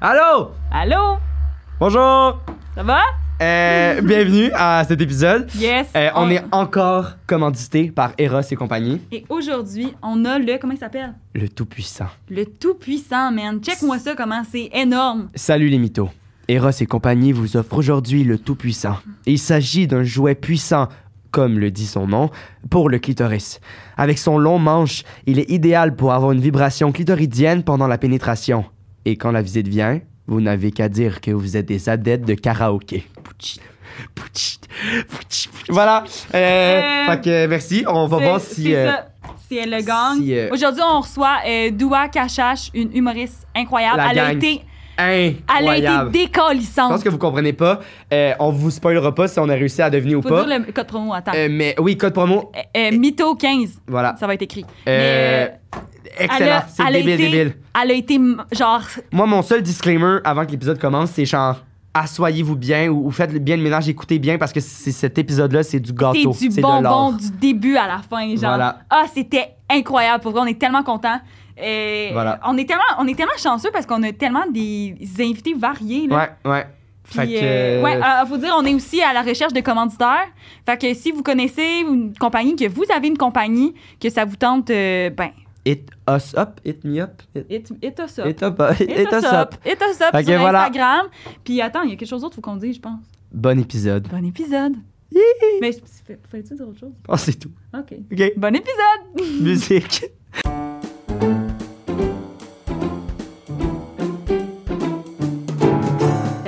Allô? Allô? Bonjour! Ça va? Euh, bienvenue à cet épisode. Yes. Oh. Euh, on est encore commandité par Eros et compagnie, Et aujourd'hui, on a le. Comment il s'appelle? le tout-puissant. Le tout-puissant, man. Check-moi ça, comment c'est énorme. Salut les mythos. Eros et compagnie vous offre aujourd'hui le tout-puissant. Il s'agit d'un jouet puissant, comme le dit son nom, pour le clitoris. Avec son long manche, il est idéal pour avoir une vibration clitoridienne pendant la pénétration. Et quand la visite vient, vous n'avez qu'à dire que vous êtes des adeptes de karaoké. Pouchi, pouchi, pouchi, pouchi. Voilà. Euh, Euh, fait que, merci. On va C'est- voir si. C'est euh, ça. Si elle le gagne. si, euh, Aujourd'hui, on reçoit euh, Doua Kachash, une humoriste incroyable. La elle, a gang. été, elle a Incroyable. été Je décollissante. pense que vous comprenez pas. Euh, on vous spoilera pas si on a réussi à deviner ou Faut pas. dire le code promo, attends. Euh, mais oui, code promo, Euh, euh, Mytho 15, voilà. ça va être écrit. Euh, Mais, elle excellent, a- c'est elle a débile, été- débile. Elle a été, m- genre, Moi, mon seul disclaimer avant que l'épisode commence, c'est genre, assoyez-vous bien ou, ou faites le- bien le ménage, écoutez bien parce que c'est, cet épisode-là, c'est du gâteau, C'est du de l'or. bonbon du début à la fin, genre. Voilà. Ah, c'était incroyable. Pour vrai, on est tellement contents. Euh, Voilà. on, est tellement, on est tellement chanceux parce qu'on a tellement des invités variés. là. Ouais, ouais. Puis, fait que, euh, ouais, euh, faut dire, on est aussi à la recherche de commanditaires. Fait que si vous connaissez une compagnie, que vous avez une compagnie, que ça vous tente, euh, ben, Hit us up, hit me up, hit, et us up. hit up, uh, hit, Hit us up. Hit us up Fait que sur voilà. Instagram. Puis attends, il y a quelque chose d'autre qu'il faut qu'on dise, je pense. Bon épisode. Bon épisode. Mais f- fallait-tu dire autre chose? Oh, c'est tout. OK. OK, Bon épisode! musique.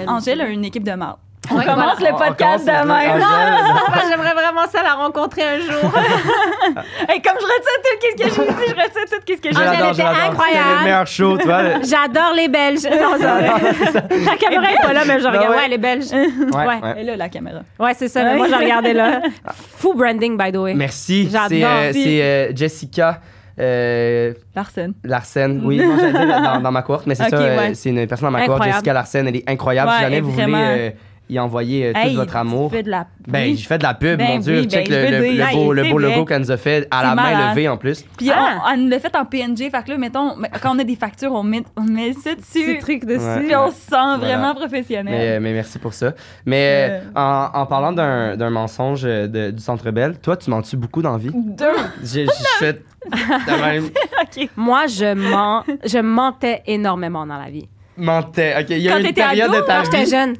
Angèle a une équipe de mâles. On Ouais, commence voilà. le podcast On- on commence Ah, demain. le- Non, non, non, j'aimerais vraiment ça la rencontrer un jour. Hey, comme je retiens tout ce que j'ai dit, je retiens tout ce que j'ai Je Angèle l'adore, dit. était je l'adore. incroyable. C'était le meilleur show, tu vois. Ouais, J'adore les Belges. Non, ça- la caméra est pas là, mais je Ben regarde. ouais. Ouais, les Belges. Ouais. ouais. Elle est là, la caméra. Ouais, c'est ça, mais moi, je regardais là. Fou branding, by the way. Merci. J'adore. C'est, euh, Puis- c'est, euh, Jessica euh, Larson. Larsen. Oui, non, j'allais dire dans, dans ma cohorte, mais c'est Ok, ça. euh, ouais. c'est une personne dans ma cohorte, Incroyable. Jessica Larsen. Elle est incroyable. si Ouais, jamais elle vous vraiment- voulez euh, y envoyer euh, tout Hey, votre amour. Tu fais de la... Ben, Oui. je fais de la pub, Ben mon Dieu. oui, ben, Check je le, veux le- dire, le beau, hey, le c'est beau vrai. logo qu'elle nous a fait à la C'est main malade. levée en plus. Puis Ah! on, on le fait en PNG. Fait que là, mettons, quand on a des factures, on met, on met ça Ces dessus. trucs dessus. Ouais. Puis on se sent vraiment Mais, professionnel. euh, mais merci pour ça. Euh. Mais euh, en, en parlant d'un, d'un mensonge euh, de- du Centre Belle, toi, tu mens-tu beaucoup dans la vie? Deux. J'ai, je fais de même. OK. Moi, je mens. Je mentais énormément dans la vie. Mentais. OK, il y a Quand eu une t'étais période ado, de ta Quand j'étais vie. jeune.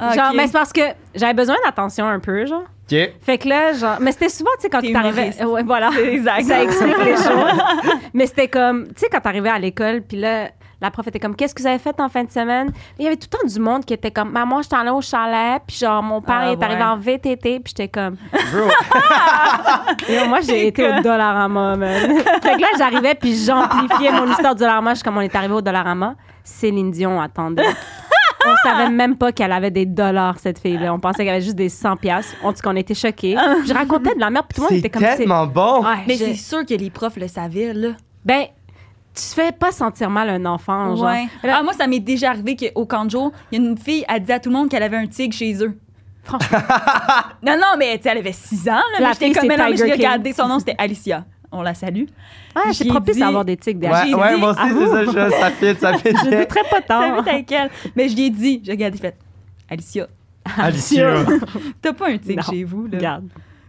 Genre, OK. mais c'est parce que j'avais besoin d'attention un peu, genre. OK. Fait que là, genre. Mais c'était souvent, tu sais, quand T'es humoriste. t'arrivais. Ouais, voilà. Exact. Ça explique les choses. Mais c'était comme, tu sais, quand t'arrivais à l'école, puis là, la prof était comme, qu'est-ce que vous avez fait en fin de semaine? Il y avait tout le temps du monde qui était comme, maman, j'étais allée au chalet, puis genre, mon père Ah, il est arrivé ouais. en VTT, puis j'étais comme, Bro, Et moi, j'ai été au Dollarama, man. fait que là, j'arrivais, puis j'amplifiais mon histoire du Dollarama. Je suis comme, on est arrivé au Dollarama. Céline Dion attendait. On savait même pas qu'elle avait des dollars, cette fille-là. On pensait qu'elle avait juste des 100 piastres. On dit qu'on était choqués. Je racontais de la merde, puis tout le monde c'est était comme tellement bon. Ouais, Mais je- c'est sûr que les profs le savaient, là. Ben, tu fais pas sentir mal un enfant, genre. Ouais. Là, Ah, moi, ça m'est déjà arrivé qu'au Kanjo, il y a une fille, elle disait à tout le monde qu'elle avait un tigre chez eux. Franchement. non, non, mais tu sais, elle avait 6 ans. Là, La mais j'étais fille, comme, c'est mais non, mais je Tiger l'ai King. regardée. Son nom, c'était Alicia. On la salue. Ouais, je J'ai suis propice dit- à avoir des tics derrière. Ouais, J'ai ouais, dit, moi aussi, avoue. c'est ça, je- ça fit, ça fit. Je ne très pas Ça tard. vite avec elle. Mais je lui ai dit, j'ai regardé, fait Alicia, Alicia. t'as pas un tigre Non. chez vous, là. Regarde,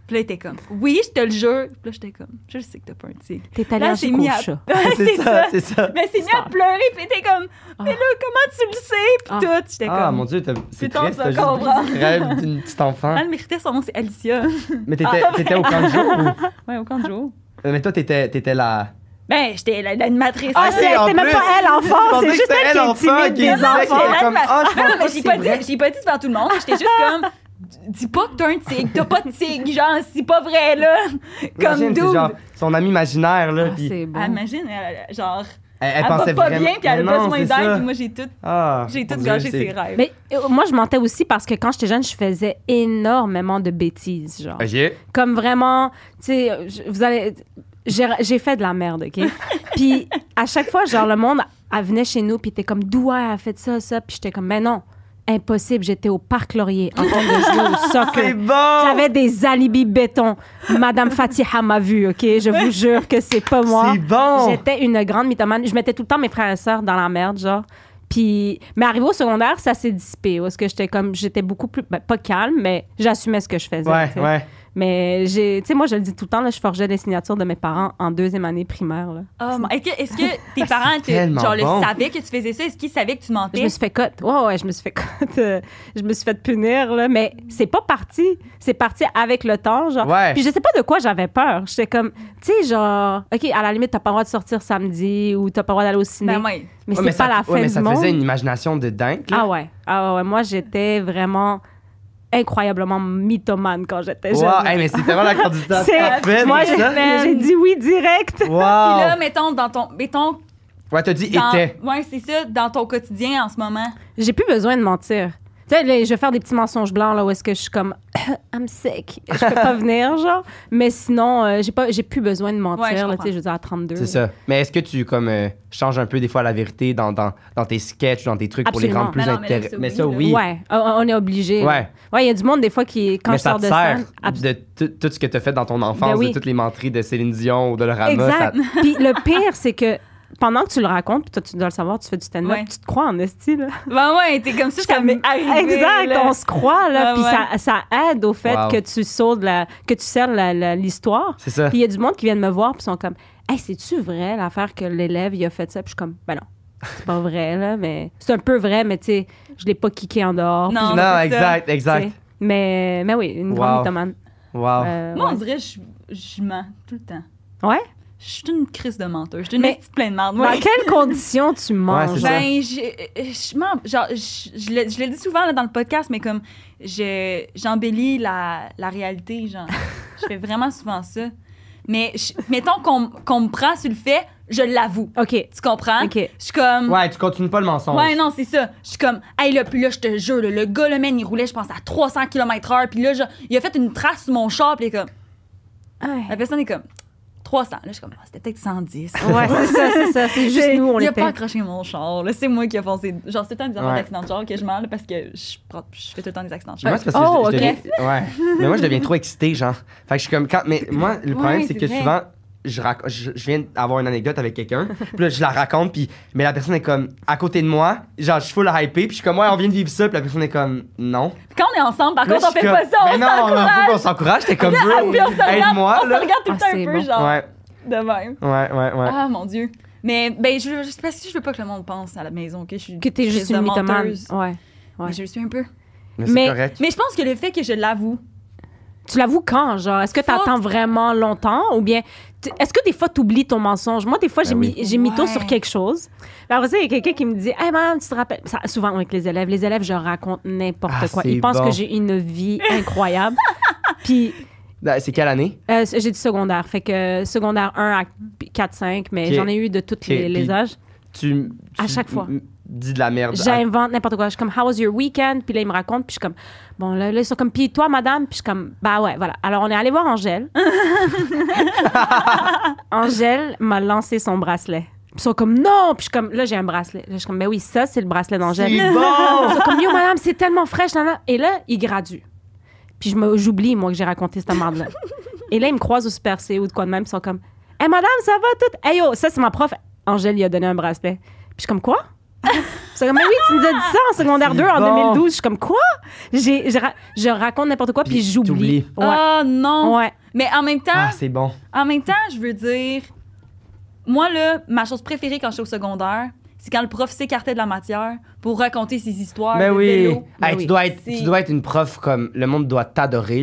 Puis là, elle était comme, oui, je te le jure. Puis là, j'étais comme, je le sais que t'as pas un tigre. t'es Là, elle s'est allergique mis au à- chat. Ah, C'est ça, c'est ça. Mais c'est mis à Ça. pleurer, puis elle était comme, mais là, comment tu le sais? Puis Ah. tout. J'étais Ah, comme, mon Dieu, t'as- c'est ton triste, t'as juste secours. le rêve d'une petite enfant. elle méritait Ah, son nom, c'est Alicia. Mais t'étais t'étais au camp de jour ou... ouais, au Ah. Kanjo. Euh, Mais toi, t'étais t'étais la... Ben, j'étais la- l'animatrice. Ah, Ah, c'est oui, en c'est même plus. pas elle, Je enfant, pensais c'est que juste c'était elle qui l'enfant est qui timide des disait qu'elle enfants. était comme... Ah, je Ah, pense non, pas mais j'ai que c'est pas, dit, vrai. j'ai pas dit devant tout le monde. J'étais juste comme, dis pas que t'as un tigre, t'as pas de tigre, genre, c'est pas vrai, là. Comme Imagine, c'est dude. genre son ami imaginaire, là, Ah, puis c'est Ah, bon. imagine, elle, genre, elle, elle elle, pensait va pas vraiment... bien, puis elle a Mais non, besoin c'est d'aide, ça. puis moi, j'ai tout, Ah, j'ai tout mon Dieu, gâché c'est- ses rêves. Mais euh, moi, je mentais aussi parce que quand j'étais jeune, je faisais énormément de bêtises, genre. OK. Comme vraiment, tu sais, euh, je- vous allez... J'ai j'ai fait de la merde, OK? puis à chaque fois, genre, le monde, elle venait chez nous, puis était comme, d'où elle a fait ça, ça? Puis j'étais comme, mais non, impossible, j'étais au Parc Laurier en train de jouer au C'est soccer. bon! Ah, J'avais des alibis béton. Madame Fatiha m'a vue, OK? Je vous jure que c'est pas moi. C'est bon! J'étais une grande mythomane. Je mettais tout le temps mes frères et sœurs dans la merde, genre. Puis, mais arrivé au secondaire, ça s'est dissipé. Parce que j'étais comme, j'étais beaucoup plus, ben, pas calme, mais j'assumais ce que je faisais. tu Ouais, sais. ouais. Mais j'ai, tu sais, moi, je le dis tout le temps, là, je forgeais les signatures de mes parents en deuxième année primaire. là. Oh, mon- Est-ce que, est-ce Ah, que tes parents te- tellement genre, le bon. savaient que tu faisais ça? Est-ce qu'ils savaient que tu Je mentais? me suis fait cote. Ouais, ouais, je me suis fait cote. Euh, Je me suis fait punir, là. Mais c'est pas parti. C'est parti avec le temps, genre. Ouais. Puis je sais pas de quoi j'avais peur. J'étais comme, tu sais, genre, OK, à la limite, t'as pas le droit de sortir samedi ou t'as pas le droit d'aller au ciné. Ben ouais. Mais Ouais, c'est mais pas ça- la fin ouais, mais du ça monde. faisait une imagination de dingue. là. Ah ouais. Ah ouais, moi, j'étais vraiment incroyablement mythomane quand j'étais jeune. Wow, hey, mais c'est tellement la candidate C'est- parfaite, moi, j'ai ça. ça? j'ai dit oui direct. Puis là, Wow. mettons, dans ton. Mettons, Ouais, t'as dit dans, Oh. était. ouais, c'est ça, dans ton quotidien en ce moment. J'ai plus besoin de mentir. Tu sais, là, je vais faire des petits mensonges blancs là où est-ce que je suis comme I'm sick, je peux pas venir genre, mais sinon euh, j'ai pas j'ai plus besoin de mentir Ouais, je là, comprends. tu sais, je veux dire à 32. C'est ça. Mais est-ce que tu comme euh, changes un peu des fois la vérité dans, dans, dans tes sketchs, dans tes trucs pour les Absolument. rendre plus Non, non, mais là, intéressants? c'est Mais oui, ça, là. oui. Ouais, on- on est obligé. là. Ouais. Ouais, il y a du monde des fois qui quand mais je ça sors te de sert scène, abs- de tout- tout ce que t'as fait dans ton enfance, Ben oui. de toutes les menteries de Céline Dion ou de Laura Exact. Puis le pire c'est que pendant que tu le racontes, puis toi tu dois le savoir, tu fais du stand-up, Ouais. tu te crois en esti là. Ben ouais, t'es comme ça, Je suis ça m'est comme, arrivé. Exact, là. on se croit là, Ah puis ouais. ça, ça aide au fait Wow. que tu sors de la que tu sers la- la- l'histoire. C'est ça. Puis il y a du monde qui vient de me voir puis sont comme "Hey, c'est tu vrai l'affaire que l'élève il a fait ça Puis je suis comme "Ben non, c'est pas vrai là, mais c'est un peu vrai mais tu sais, je l'ai pas kické en dehors." Non, c'est Non, ça. exact, exact. tu sais. Mais mais oui, une Wow. Ah. grande mythomane. Wow. Euh, Moi, on ouais. dirait que je, je mens tout le temps. Ouais? Je suis une crise de menteur. Je suis une Mais- petite pleine de merde. Dans quelles conditions tu c'est manges ça. Ben, je, je mens. Genre, je, je le, je le dis souvent là, dans le podcast, mais comme je, j'embellis la, la réalité, genre. je fais vraiment souvent ça. Mais je- mettons qu'on, qu'on me prend sur le fait, je l'avoue. OK. Tu comprends? OK. Je suis comme. Ouais, tu continues pas le mensonge. Ouais, non, c'est ça. Je suis comme, hey, là, puis là, je te jure, là, le gars, le man, il roulait, je pense, à 300 km/h, puis là, je- il a fait une trace sur mon char, puis il est comme, la personne est comme, 300. Là, je suis comme, Ah, c'était peut-être 110. Ouais, c'est ça, c'est ça, c'est juste nous on Il a les pas fait. accroché mon char, là, c'est moi qui ai foncé. Genre, c'est tout le temps des affaires Ouais. d'accident de char que je mens, là, parce que je, prends- je fais tout le temps des accidents de char. Mais Moi, c'est parce que Oh, je, je ok. deviens- ouais. Mais moi, je deviens trop excité, genre. Fait que je suis comme quand. Mais moi, le problème, Ouais, c'est c'est que vrai. souvent, je, rac- je, je viens d'avoir une anecdote avec quelqu'un, puis là, je la raconte, puis. Mais la personne est comme à côté de moi, genre, je suis full hypé, puis je suis comme, ouais, on vient de vivre ça, puis la personne est comme, non. Ah, Quand on est ensemble, par Là, contre, on je suis fait pas comme, ça, on Mais non, on- s'encourage. faut qu'on s'encourage, t'es comme, Ah, bro, puis on se regarde, aide-moi, on se là. regarde tout le Ah, temps un c'est peu, bon. genre, Ouais, de même. ouais, ouais, ouais. Ah, mon Dieu. Mais, ben, je, je, c'est parce que je veux pas que le monde pense à la maison que je suis Que t'es crise juste de une mythomane. menteuse. Ouais. Mais Je le suis un peu. mais c'est mais- correct. Mais je pense que le fait que je l'avoue, Tu l'avoues quand, genre? Est-ce que tu attends vraiment longtemps ou bien. tu- Est-ce que des fois, tu oublies ton mensonge? Moi, des fois, j'ai Ben oui. mis j'ai mytho Ouais. sur quelque chose. Puis Après ça, il y a quelqu'un qui me dit, Hey, maman, tu te rappelles? Ça, souvent, avec les élèves, les élèves, je raconte n'importe Ah, quoi. c'est Ils pensent bon. que j'ai une vie incroyable. Puis, Là, Ben, C'est quelle année? euh, j'ai du secondaire. Fait que secondaire 1 à 4, 5, mais Ok. j'en ai eu de tous Ok, les, les puis- âges. Tu. À tu chaque fois. m- Dis de la merde. à- J'invente n'importe quoi. Je suis comme, How was your weekend? Puis là, ils me racontent. Puis je suis comme, Bon, là, là, ils sont comme, Puis toi, madame? Puis je suis comme, Bah ouais, voilà. Alors, on est allé voir Angèle. Angèle m'a lancé son bracelet. Puis ils sont comme, Non! Puis je suis comme, Là, j'ai un bracelet. Là, je suis comme, Ben oui, ça, c'est le bracelet d'Angèle. C'est Ils bon! sont comme, Yo, madame, c'est tellement fraîche. nanana. Et là, ils graduent. Puis je me- j'oublie, moi, que j'ai raconté cette merde-là. Et là, ils me croisent au Super C ou de quoi de même. Ils sont comme, Hé, madame, ça va tout? Hé, yo, ça, c'est ma prof. Angèle, il a donné un bracelet. Puis je suis comme, Quoi? C'est comme, mais oui, tu nous as dit ça en secondaire C'est 2 en bon. 2012. Je suis comme, quoi? J'ai, je, ra- je raconte n'importe quoi, puis, Puis j'oublie. t'oublies. Ouais. ah non. ouais. Mais en même temps, Ah, c'est bon. en même temps, je veux dire, moi là, ma chose préférée quand je suis au secondaire, c'est quand le prof s'écartait de la matière pour raconter ses histoires. Mais de Ben oui. Ah, vélo. Ben Hey, Ben oui. tu, dois être, C'est- tu dois être une prof comme le monde doit t'adorer.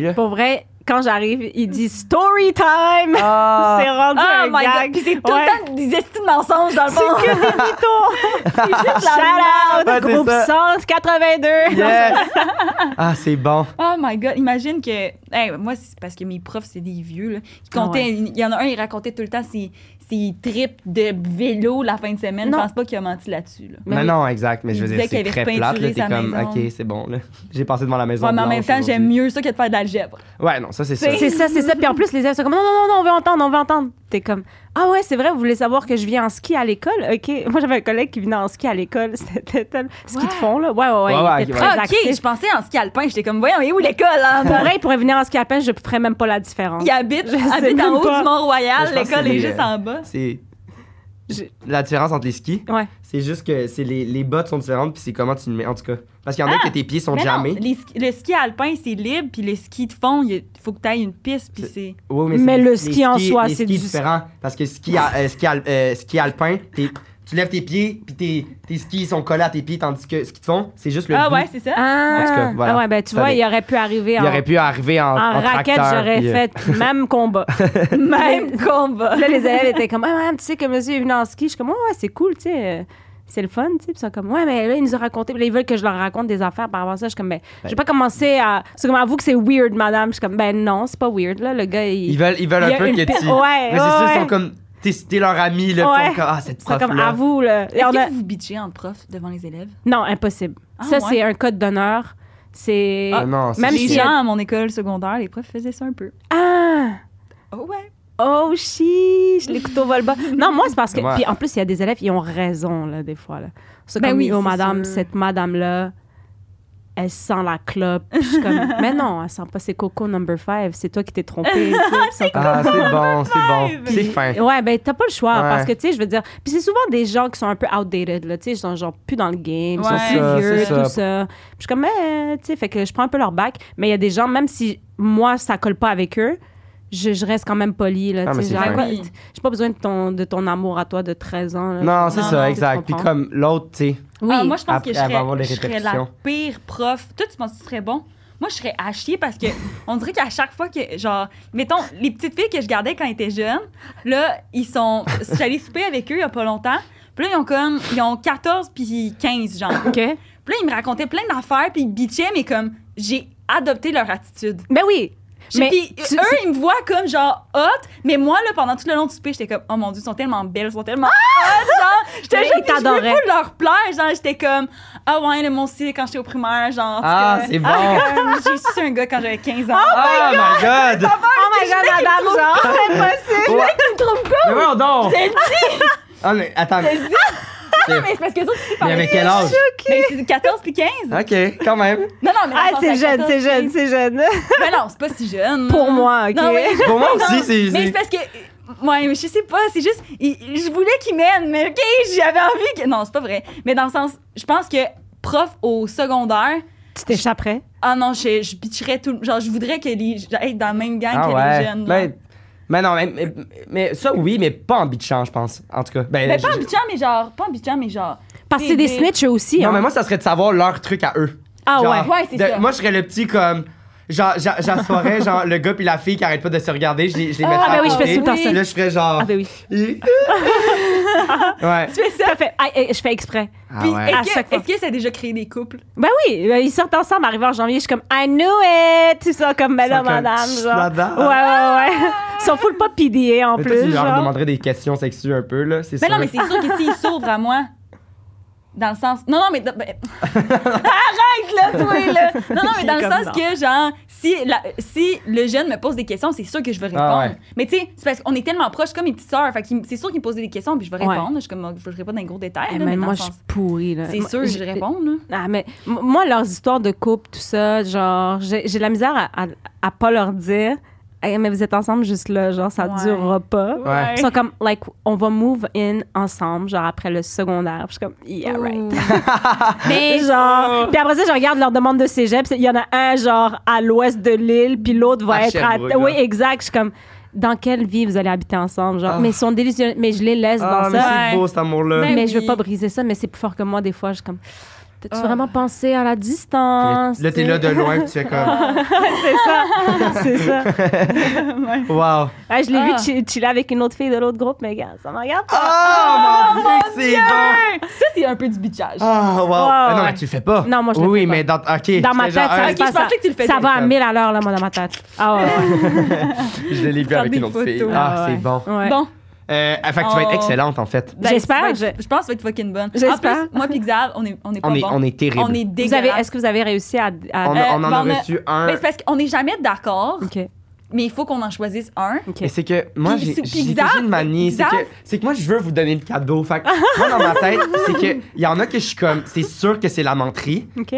là. Pour vrai, quand j'arrive, il dit story time. Ah, c'est rendu Oh un my god, gag. Puis c'est tout Ouais. le temps des estis de mensonges dans le C'est fond. que des mythos. juste Shout out, Ouais, c'est groupe ça. 182. yes. ah, c'est bon. Oh my god, imagine que. Hey, moi, c'est parce que mes profs, c'est des vieux. Là. Ils Ah comptaient, Il y en a un, il racontait tout le temps ses, ses trips de vélo la fin de semaine. Non. Je pense pas qu'il a menti là-dessus. Là. Mais non, oui. non, exact. Mais je Il veux dire, disait c'est qu'il avait très plate. repeinturé Là, t'es sa comme, maison. ok, c'est bon. là. J'ai passé devant la maison. Ouais, mais en même blanche temps, j'aime aujourd'hui. mieux ça que de faire de l'algèbre. Ouais, non, ça, c'est sûr. C'est ça, c'est ça. Puis en plus, les élèves sont comme non, non, non, non, on veut entendre, on veut entendre. T'es comme ah ouais, c'est vrai, vous voulez savoir que je viens en ski à l'école? OK. Moi, j'avais un collègue qui venait en ski à l'école. C'était tellement. Ski de fond, là. Ouais, ouais, ouais. Ouais, ouais, il était ok, très Ah, ok, actif. je pensais en ski alpin. J'étais comme, voyons, mais où l'école? Hein? Pour vrai, il pourrait venir en ski à peine, je ferais même pas la différence. Il habite, Je sais habite en même haut pas. du Mont-Royal. Mais je pense que L'école est les, juste euh, en bas. C'est Je- La différence entre les skis, Ouais. c'est juste que c'est les, les bottes sont différentes, puis c'est comment tu le mets, en tout cas. Parce qu'il y en a Ah! que tes pieds sont Mais non, jamais. les ski- le ski alpin, c'est libre, puis les skis de fond, il y a- faut que tu ailles une piste, puis C'est- c'est. Oui, Mais c'est- le les ski en skis- soi, les c'est skis du- différent. Parce que ski, à- euh, ski, al- euh, ski alpin, t'es- tu lèves tes pieds, puis tes, tes skis sont collés à tes pieds, tandis que ce qu'ils te font, c'est juste le Ah bout. ouais, c'est ça. Ah, En tout cas, voilà. Ah ouais, ben tu Ça vois, l'est. il aurait pu arriver Il en, aurait pu arriver en, en en raquette, tracteur, j'aurais puis, euh, fait même combat. Même combat. Là, les élèves étaient comme, ah, ouais, tu sais que monsieur est venu en ski. Je suis comme, ouais, ouais, c'est cool, tu sais. euh, C'est le fun, tu sais. Puis ils sont comme, ouais, mais là, ils nous ont raconté. Puis là, ils veulent que je leur raconte des affaires par rapport à ça. Je suis comme, ben, j'ai pas commencé à. C'est comme, avoue que c'est weird, madame. Je suis comme, ben non, c'est pas weird, là. Le gars, il. Ils veulent, ils veulent Il y un a peu une que pi- tu. Ouais, Mais c'est sûr, ouais. ils sont comme. T'es t'es leur ami, là. puis ils Ouais. sont comme, ah, cette Ils sont comme, prof-là. avoue, là. Et Est-ce on a- que vous vous bitchez entre profs devant les élèves? Non, impossible. Ah, ça, ouais. c'est un code d'honneur. C'est. Ah, non, c'est Même les si- gens à mon école secondaire, les profs faisaient ça un peu. Ah! Oh ouais. Oh chiche, les couteaux volent bas. Non, moi c'est parce que Ouais. puis en plus il y a des élèves ils ont raison là des fois là. C'est Ben comme oui, oh c'est madame, sûr. cette madame là elle sent la clope. Je suis comme mais non, elle sent pas c'est Coco number 5, c'est toi qui t'es trompé. tu sais. Ils sont comme- Ah, c'est bon, c'est bon. Vibe. C'est fin. Ouais, ben t'as pas le choix Ouais. parce que tu sais, je veux dire, puis c'est souvent des gens qui sont un peu outdated là, tu sais, ils sont genre plus dans le game, ils sont Ouais. plus C'est ça, vieux, c'est tout ça. ça. Puis je suis comme mais tu sais, fait que je prends un peu leur bac, mais il y a des gens même si moi ça colle pas avec eux, je, je reste quand même polie là, Ah, tu mais sais, c'est genre, fin. quoi, Oui. j'ai pas besoin de ton, de ton amour à toi de 13 ans. là. Non, c'est Non, ça, non, exact. tu Puis comprends. comme l'autre, tu sais. Oui. Ah, moi, je pense Après, que je elle va serais, avoir des je serais la répercussions. pire prof. Toi, tu penses que tu serais bon? Moi, je serais à chier parce que on dirait qu'à chaque fois que, genre, mettons, les petites filles que je gardais quand elles étaient jeunes, là, ils sont. J'allais souper avec eux il y a pas longtemps. Puis là, ils ont comme. Ils ont 14 puis 15, genre. OK. Puis là, ils me racontaient plein d'affaires puis ils bitchaient, mais comme, j'ai adopté leur attitude. Ben oui. Je- Mais puis tu- eux, ils me voient comme genre hot, mais moi, là, pendant tout le long du souper, j'étais comme, oh mon dieu, ils sont tellement belles, ils sont tellement hot, genre, j'étais Mais juste, ils puis je voulais t'adoraient. pas leur plaire, genre, j'étais comme, ah ouais, le mon style quand j'étais au primaire, genre, en tout Ah, cas, c'est bon. comme, J'ai su un gars quand j'avais 15 ans. Oh my god! Oh my god, madame, genre, c'est possible. Ouais. tu me trouves pas? Mais voyons donc! Je te le Ah, mais attends. Mais c'est parce que les autres, ils Mais parlaient- avec quel âge? Mais Ben, c'est 14 puis 15. Ok, quand même. Non, non, mais. Ah, dans le c'est sens, à jeune, 14, c'est jeune, c'est jeune. Mais Ben non, c'est pas si jeune. Pour moi, OK. Mm. Non, oui. Pour moi Non, aussi, c'est. Mais c'est c'est- parce que. Ouais, mais je sais pas, c'est juste. il- je voulais qu'il m'aime, mais OK, j'avais envie que. Non, c'est pas vrai. Mais dans le sens, je pense que prof au secondaire, Tu t'échapperais. ah non, je, je bitcherais tout. le- Genre, je voudrais que les. être dans la même gang Ah que les ouais. jeunes. genre. Mais, mais non, mais, mais, mais ça, oui, mais pas en bitchant, je pense. En tout cas. Ben, mais je- pas ambitieux, mais genre. Pas ambitieux, mais genre. Parce que c'est des Des- snitchs eux aussi. Non, hein. mais moi, ça serait de savoir leur truc à eux. ah Genre, ouais. Ouais, c'est de- ça. Moi, je serais le petit comme. Genre, j'a- j'assoirais, genre, le gars puis la fille qui arrête pas de se regarder, je les, je les Ah, mettrais ben à oui, je côté. fais tout le temps ça. Là, je ferais genre. Ah ben oui. Tu ouais. fais ça. Ça fait- ah, eh, je fais exprès. Ah Puis, ouais. À est-ce chaque que, fois. est-ce que ça a déjà créé des couples? Ben oui, euh, ils sortent ensemble, arrivés en janvier, je suis comme I knew it, tout ça comme mais là, Chacun, madame, tch, genre. madame. Ouais, ouais, ouais. Ils sont full pas PDA en Mais toi, tu plus, leur genre. demanderais des questions sexues un peu, là. C'est Mais sûr. non, mais c'est sûr que s'ils s'ouvrent à moi, dans le sens. Non, non, mais. ben- Arrête, là, toi, là! Non, non, mais Il dans le est sens comme que, genre, si, la- si le jeune me pose des questions, c'est sûr que je vais répondre. Ah ouais. Mais tu sais, c'est parce qu'on est tellement proches, comme mes petites sœurs, fait qu'il- c'est sûr qu'ils me posent des questions, puis je vais Ouais. répondre. Je suis comme, je réponds dans les gros détails, Eh, là, mais mais dans moi, le je suis sens. pourrie, là. C'est Moi, sûr que je je- vais répondre, là. Ah, mais m- moi, leurs histoires de couple, tout ça, genre, j'ai j'ai de la misère à, à, à pas leur dire, Hey, mais vous êtes ensemble juste là, genre, ça Ouais. durera pas. Ouais. Ils sont comme, like, on va move in ensemble, genre, après le secondaire. Puis je suis comme, yeah, right. mais Genre, puis après ça, je regarde leur demande de cégep. Il y en a un, genre, à l'ouest de l'île, puis l'autre va À être à. Sherbrooke, là. Oui, exact. Je suis comme, dans quelle vie vous allez habiter ensemble? Genre, Ah. mais ils sont délicieux, mais je les laisse Ah, dans mais ça. c'est beau cet amour-là. Mais- Mais, je veux oui. pas briser ça, mais c'est plus fort que moi des fois. Je suis comme, t'as-tu Ah. vraiment pensé à la distance? Là, t'es là de loin, puis tu fais comme. c'est ça. c'est ça. Waouh! Ah, je l'ai Ah. vu chi- chiller avec une autre fille de l'autre groupe, mais gars, ça me regarde pas. Ah, mon dieu, que c'est bon! ça, c'est un peu du bitchage. Ah, wow! Ah, non, ouais. mais tu le fais pas. Non, moi, je le oui, fais Oui, pas. mais dans, ok, Dans ma j'étais tête, genre, ça ah, se ok, je passe pensais que tu le à- faisais. ça va à 1000 à l'heure, là, moi, dans ma tête. Ah ouais, ouais. Je l'ai vu Prends avec des une autre photos. fille. Ah, ouais. c'est bon. Ouais. Bon, Euh, ah, fait que tu vas être Oh. excellente, en fait. ben, J'espère, tu vas être- Je pense que tu vas être fucking bonne. J'espère. En plus, moi, puis Xav, on est, on est pas On est, bons. on est terrible. On est Vous avez- dégueulasses. Est-ce que vous avez réussi à. à- On, a- on en a ben, on a- reçu un. Mais c'est parce qu'on n'est jamais d'accord, OK. mais il faut qu'on en choisisse un. Et c'est que moi, Puis j'ai c'est- puis j'ai Xav- toujours une manie. C'est Xav- que, c'est que moi, je veux vous donner le cadeau. Fait que moi, dans ma tête, c'est que il y en a que je suis comme, c'est sûr que c'est la menterie. OK.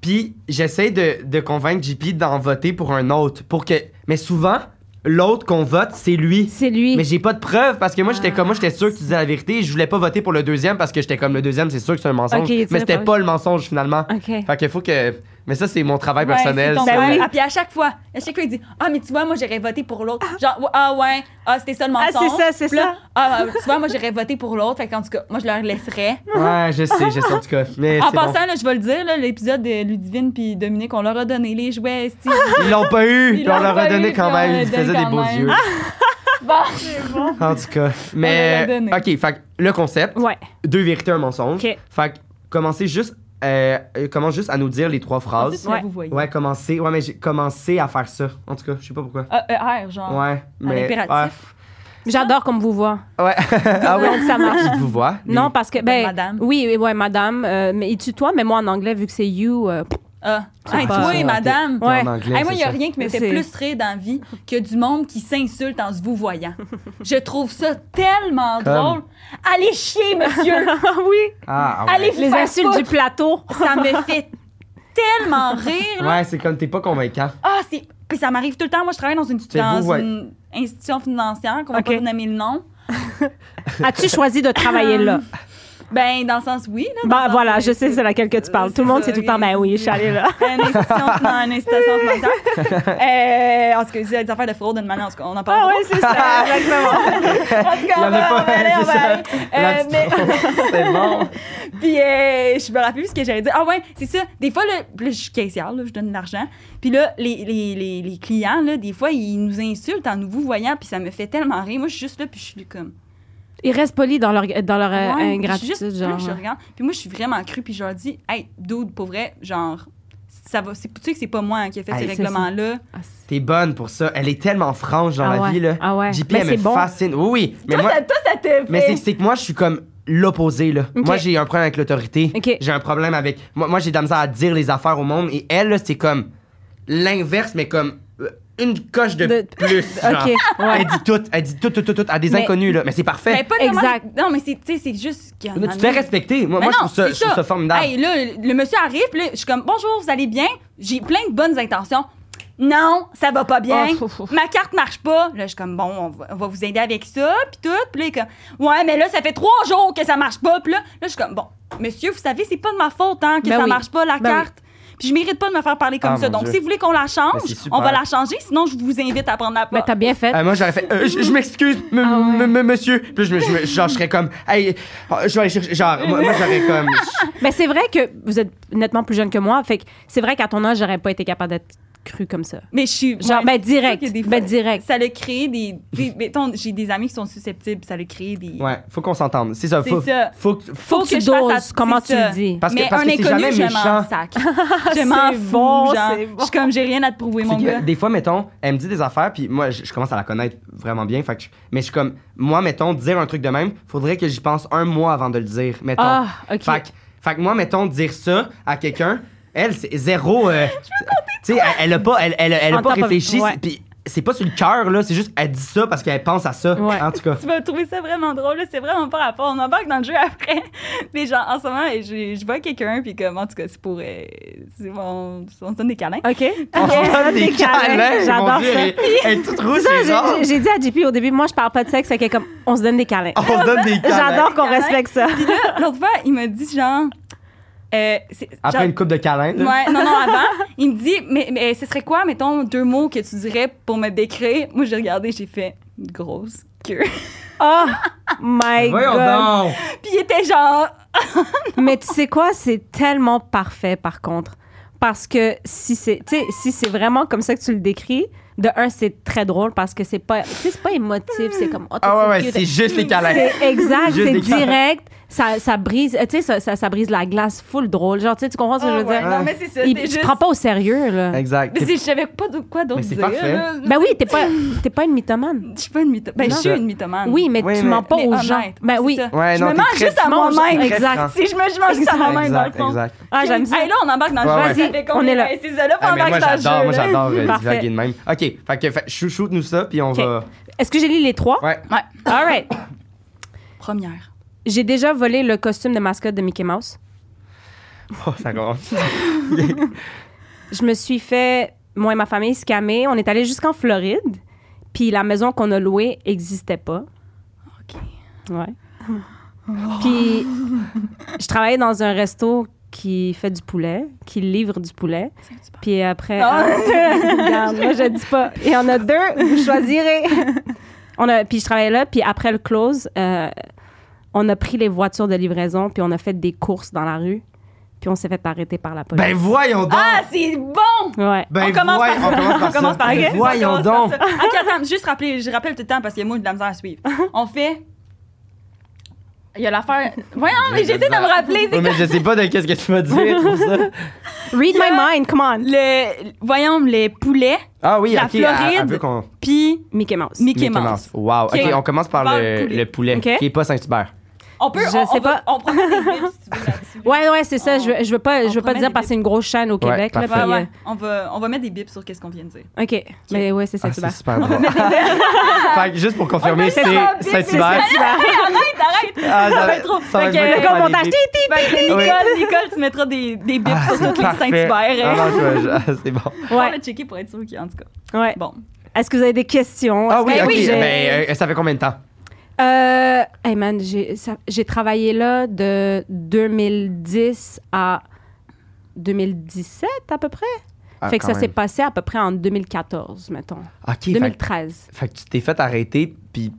Puis j'essaie de, de convaincre JP d'en voter pour un autre. Pour que... Mais souvent, l'autre qu'on vote, c'est lui. C'est lui. Mais j'ai pas de preuves parce que moi, j'étais Ah, comme moi, j'étais sûr que tu disais la vérité. et Je voulais pas voter pour le deuxième parce que j'étais comme le deuxième, c'est sûr que c'est un mensonge. Ok, tu mais c'était l'as pas pas le mensonge finalement. OK. Fait que faut que. Mais ça, c'est mon travail Ouais, personnel. c'est ton ça. père. oui. Ah, puis à chaque fois, à chaque fois, il dit Ah, mais tu vois, moi, j'aurais voté pour l'autre. Genre, Ouais, ah, ouais, ah, c'était ça le Ah, mensonge. c'est ça, c'est Puis là, ça. Ah, tu vois, moi, j'aurais voté pour l'autre. Fait qu'en tout cas, moi, je leur laisserais. Ouais, je sais, je sais en tout cas. Mais En c'est bon. passant, là, je vais le dire, là, l'épisode de Ludivine puis Dominique, on leur a donné les jouets. esti. Ils l'ont pas eu. Ils puis on l'ont leur pas a eu, donné puis quand on leur a même. Ils donné faisaient des quand beaux même. yeux. bon, En tout cas. leur a Mais. donné. Ok, fait que le concept. Ouais. deux vérités, un mensonge. OK. Fait que commencez juste, euh, euh, commence juste à nous dire les trois phrases. ouais. Ouais. vous voyez. Ah, Ouais, commencez. Ouais, mais j'ai commencé à faire ça. En tout cas, je sais pas pourquoi. Ah, euh, R, genre. Ouais, mais. l'impératif. J'adore qu'on me vous voit. Ouais. ouais. ah oui. Donc, ça marche. Je vous vois. Non, parce que, ben, Ben, madame. Oui, oui, ouais, madame. euh, mais il tutoie, mais moi, en anglais, vu que c'est you. euh, Ah, hey, pas- tu vois, madame. Ouais. En anglais, Hey, moi, il n'y a rien qui me fait C'est- plus rire dans la vie que du monde qui s'insulte en se vous voyant. Je trouve ça tellement Comme. drôle. Allez chier, monsieur! oui. Ah, ah ouais. Allez vous Les faire insultes du foutre. plateau. Ça me fait tellement rire. là. Ouais, c'est comme t'es pas convaincant. Ah, c'est. Puis ça m'arrive tout le temps. Moi, je travaille dans une, C'est dans vous, ouais. une institution financière, qu'on va Ok. pas vous nommer le nom. As-tu choisi de travailler là? Ben, dans le sens, oui. Là, dans le Ben sens- voilà, je sais c'est laquelle que tu parles. Tout le monde sait tout le temps, ben oui, je suis allée là. une institution, dans une institution financière. euh, en tout cas, c'est des affaires de fraude d'une manière. En tout cas, on en parle. Ah oui, c'est ça, exactement. En tout cas, Il y on en a va, on pas. va aller, on c'est va ça. aller. La Euh, petite mais- phrase, c'est bon. Puis euh, je me rappelle plus ce que j'allais dire. Ah ouais, c'est ça. Des fois, là, puis là, je suis caissière, là, je donne de l'argent. Puis là, les, les, les, les clients, là, des fois, ils nous insultent en nous vous voyant, puis ça me fait tellement rire. Moi, je suis juste là, puis je suis comme... Ils restent polis dans leur, dans leur euh, Ouais, je suis ingratitude, juste là, genre. je euh, regarde. Puis moi, je suis vraiment crue, puis je leur dis, « Hey, dude, pour vrai, genre, ça va... c'est- Tu sais que c'est pas moi hein, qui ai fait Hey, ces c'est ça. règlements-là. Ah, c'est- T'es bonne pour ça. Elle est tellement franche dans Ah la ouais. vie, là. Ah ouais. JP, Mais elle c'est me bon. fascine. Oui, oui. Mais moi, ça, toi, ça te fait... Mais c'est- c'est que moi, je suis comme l'opposé, là. Ok. Moi, j'ai un problème avec l'autorité. Ok. J'ai un problème avec. Moi, moi j'ai de la misère à dire les affaires au monde. Et elle, là, c'est comme l'inverse, mais comme euh, une coche de, De- plus. genre. OK, ouais. Elle dit tout, elle dit tout, tout, tout, tout, à des Mais- inconnus, là. Mais c'est Mais parfait. pas de Exact. comment- Non, mais c'est, tu sais, c'est juste... qu'il y en Mais a tu te fais un- respecter. Moi, Mais moi je, non, trouve ça, c'est je trouve ça formidable. Hey, là, le, le monsieur arrive, puis là, je suis comme bonjour, vous allez bien J'ai plein de bonnes intentions. Non, ça va pas bien. Oh, oh, oh. Ma carte marche pas. Là, je suis comme bon, on va, on va vous aider avec ça, puis tout. Puis là, il est comme ouais, mais là, ça fait trois jours que ça marche pas. Puis là, là, je suis comme bon, monsieur, vous savez, c'est pas de ma faute hein, que Ben ça oui. marche pas la Ben carte. Puis je mérite pas de me faire parler comme Ah, ça. mon Donc, Dieu. si vous voulez qu'on la Ben, change, c'est super. on va la changer. Sinon, je vous invite à prendre la Mais porte. Ben, t'as bien fait. Euh, moi, j'aurais fait, euh, je je m'excuse, m- Ah ouais. m- m- monsieur. Puis je, me- je me- genre, je serais comme, hey, oh, je vais aller chercher. Genre, moi, moi, j'aurais comme. Mais c'est vrai que vous êtes nettement plus jeune que moi. Fait que c'est vrai qu'à ton âge, j'aurais pas été capable d'être cru comme ça. Mais je suis Genre, ouais, ben c'est sûr direct. qu'il y a des fois- Ben direct. Ça l'a créé des. des- mettons, j'ai des amis qui sont susceptibles, ça l'a créé des. Ouais, faut qu'on s'entende. C'est ça, C'est faut. ça. Faut que. Faut, que, tu je fasse doses att- comment tu c'est le ça. dis. Parce que, euh, mais parce un que c'est inconnu, jamais je m'en méchant. sac. je m'en C'est fous, bon, genre. c'est bon. Je suis comme, j'ai rien à te prouver, mon C'est que gars. des fois, mettons, elle me dit des affaires, puis moi, je, je commence à la connaître vraiment bien. Fait que je- mais je suis comme, moi, mettons, dire un truc de même, faudrait que j'y pense un mois avant de le dire, mettons. Ah, ok. fait, que, fait que moi, mettons, dire ça à quelqu'un, elle, c'est zéro. euh, tu sais, elle, elle a pas, elle, elle, elle a En pas temps pas- réfléchi, ouais. c'est- puis c'est pas sur le cœur, là, c'est juste, elle dit ça parce qu'elle pense à ça, Ouais. en tout cas. Tu vas trouver ça vraiment drôle, là, c'est vraiment pas rapport. On embarque dans le jeu après. Mais genre, en ce moment, je, je vois quelqu'un, puis comme, en tout cas, c'est pour. euh, c'est mon- on se donne des câlins. OK. On se donne Des des câlins, mon J'adore Dieu, ça. elle- Elle est toute rouge, Ça, les gens. j'ai- j'ai dit à JP au début, moi, je parle pas de sexe, fait que comme, on se donne des câlins. On se donne Ah, des câlins. J'adore qu'on câlins. respecte ça. Puis là, l'autre fois, il m'a dit, genre. euh, c'est- Après genre- une coupe de câlins, là. Ouais, non, non, avant, il me dit, mais, mais ce serait quoi, mettons, deux mots que tu dirais pour me décrire? Moi, j'ai regardé, j'ai fait grosse queue. Oh my Voyons god. donc! Puis il était genre, Mais tu sais quoi, c'est tellement parfait par contre. Parce que si c'est tu sais, si c'est vraiment comme ça que tu le décris, de un, c'est très drôle parce que c'est pas, tu sais, c'est pas émotif, c'est comme. oh, t'es Ah ouais, ouais, cute. c'est juste les câlins. C'est exact, Juste c'est des câlins. direct. Ça, ça brise, tu sais, ça, ça, ça brise la glace full drôle. Genre, tu sais, tu comprends ce que je Ah veux dire? Non, mais c'est ça, Il, c'est tu juste... te prends pas au sérieux, là. Exact. Mais c'est- je savais pas de quoi d'autre Mais c'est dire. parfait. là. Ben oui, t'es pas, t'es pas une mythomane. Je suis pas une mythomane. Ben, je Non. suis une mythomane. Oui, mais Oui, tu mais- mens pas mais aux honnête, gens. Ben c'est oui. ça. Ouais, je non, me t'es mange très- juste à tu manges- moi-même. Exact. Si je me je mange juste à moi-même, dans le Exact, fond. exact. Ah, j'aime ça. Hey, là, on embarque dans le Ouais, jeu. ouais. Ça fait combien- On est là. Hey, C'est ça, là, on Ah, mais embarque moi, dans le jeu. j'adore, moi, là. j'adore euh, Parfait. divaguer de même. OK, fait que fait- chouchoute nous ça, puis on va... Est-ce que j'ai lu les trois? Ouais. Ouais. All right. Première. J'ai déjà volé le costume de mascotte de Mickey Mouse. Oh, ça commence. Je me suis fait, moi et ma famille, scammer. On est allé jusqu'en Floride. Puis la maison qu'on a louée n'existait pas. OK. Ouais. Puis je travaillais dans un resto qui fait du poulet, qui livre du poulet. Saint-Hubert. Puis après, Ah. Regarde, moi je dis pas. Il y en a deux, vous choisirez. On a, puis je travaillais là, puis après le close, euh, on a pris les voitures de livraison, puis on a fait des courses dans la rue, puis on s'est fait arrêter par la police. Ben voyons donc! Ah, c'est bon! ouais. ben on commence voy- par ça. on commence par ça. Ben OK, Voyons on donc! commence par ça. OK, attends, juste rappeler, je rappelle tout le temps parce qu'il y a moi de la misère à suivre. On fait. Il y a l'affaire. Voyons, mais J'ai de j'essaie de la me misère. rappeler. c'est Ouais, mais je sais pas de qu'est-ce que tu vas dire pour ça. Read my mind, come on. Le, voyons, les poulets, Ah oui, La ok, à- à- Floride. un peu qu'on- puis Mickey Mouse. Mickey, Mouse. Wow, Ok. ok, on commence par Par le, le poulet. le poulet, Ok. qui est pas Saint-Hubert. On peut. Je on, sais on peut- pas. on prend des bips, si tu veux là-dessus. Ouais, ouais, c'est ça. On- Je, veux- je veux pas, on je veux pas promet dire des parce que c'est une grosse chaîne au Québec. Ouais, là, Ouais, parfait. puis, ouais. On va, on va mettre des bips sur qu'est-ce qu'on vient de dire. euh, OK. Mais ouais, c'est Ah, Saint-Hubert. c'est super drôle. Fait que juste pour Ouais, confirmer, mais ça va c'est bien, Saint-Hubert. Arrête, arrête! Ah, va va- être trop- va Fait être que, bien comme qu'on on ait t'a des- Fait que Oui. Nicole, Nicole, tu mettras des, des bips Ah, sur toutes les parfait. Ah, Saint-Hubert. non, je- je- c'est bon. On Ouais, va checker pour être sûr qu'il y a en tout cas. ouais. Bon. Est-ce que vous avez des questions? Ah Est-ce oui, que- ok. j'ai- Ben, euh, ça fait combien de temps? Euh, hey man, j'ai ça- j'ai travaillé là de 2010 à 2017 à peu près. Ah, fait que quand ça s'est même. passé à peu près en 2014, mettons. Ok, fait que- 2013. Fait que tu t'es fait arrêter, puis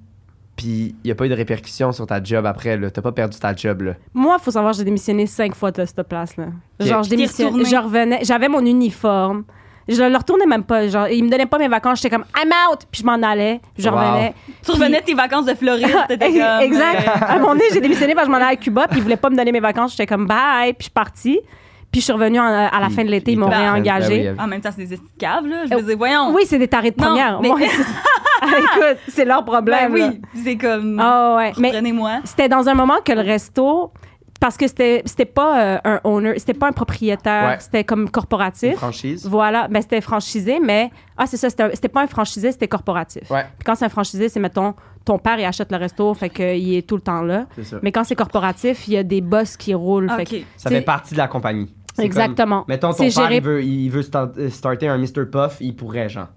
puis il y a pas eu de répercussions sur ta job après, là. T'as pas perdu ta job, là. Moi, faut savoir, j'ai démissionné cinq fois de cette place-là. Ok. Genre, je T'es démissionnais, retournée. je revenais, j'avais mon uniforme. Je le retournais même pas. Genre, ils me donnaient pas mes vacances. J'étais comme, I'm out! Puis je m'en allais. Puis je Wow. revenais. Tu revenais de tes vacances de Floride, t'étais comme. exact. euh, À un moment donné, j'ai démissionné parce que je m'en allais à Cuba, puis ils voulaient pas me donner mes vacances. J'étais comme bye, puis je suis partie. Puis je suis revenue en- euh, à Hmm, la fin de l'été, ils m'ont t'apprennent- réengagée. ben oui, En même temps, c'est des escaves, là. Je me disais, voyons. Oh. oui, c'est des tarés de Non, première. mais- Moi, c'est- Ah, écoute, c'est leur ben problème. là. oui. C'est comme. Ah ouais. Mais Prenez-moi. c'était dans un moment que le resto, parce que c'était c'était pas euh, un owner, c'était pas un propriétaire, Ouais. c'était comme une corporatif. franchise. Voilà, ben, c'était franchisé, mais ah c'est ça, c'était un- c'était pas un franchisé, c'était corporatif. Ouais, Puis quand c'est un franchisé, c'est mettons ton père il achète le resto, fait qu'il est tout le temps là. c'est ça. Mais quand c'est corporatif, il y a des boss qui roulent. Ah, fait OK. Ça c'est- fait partie de la compagnie. C'est Exactement. comme- mettons, ton C'est père, géré- il veut, il veut start- euh, starter un Mr. Puff, il pourrait, genre.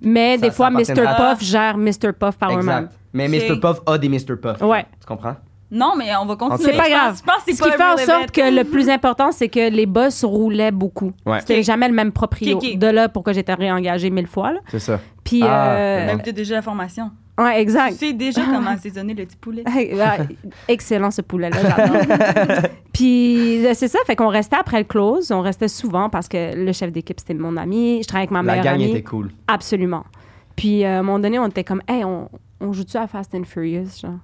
Mais Ça- des ça fois, appartient Mr. à- Puff gère Mr. Puff par eux-mêmes. Exact. Mais Ok. Mr. Puff a des Mr. Puff. Ouais. Tu comprends? Non, mais on va continuer. C'est pas Je pense- grave. Je pense que Ce c'est pas qui fait en un real sorte event. que le plus important, c'est que les boss roulaient beaucoup. Ouais. C'était Ok. jamais le même proprio. Ok, ok. De là, pourquoi j'étais réengagée mille fois. là. C'est ça. Puis, Ah, euh, c'est Même t'as déjà la formation. ouais, Tu exact. sais déjà comment assaisonner le petit poulet. Ah, Excellent ce poulet-là. j'adore. Puis euh, c'est ça, fait qu'on restait après le close, on restait souvent parce que le chef d'équipe c'était mon ami, je travaillais avec ma La meilleure gang amie. était cool. Absolument. Puis euh, à un moment donné, on était comme, hey, on, on joue-tu à Fast and Furious? Genre?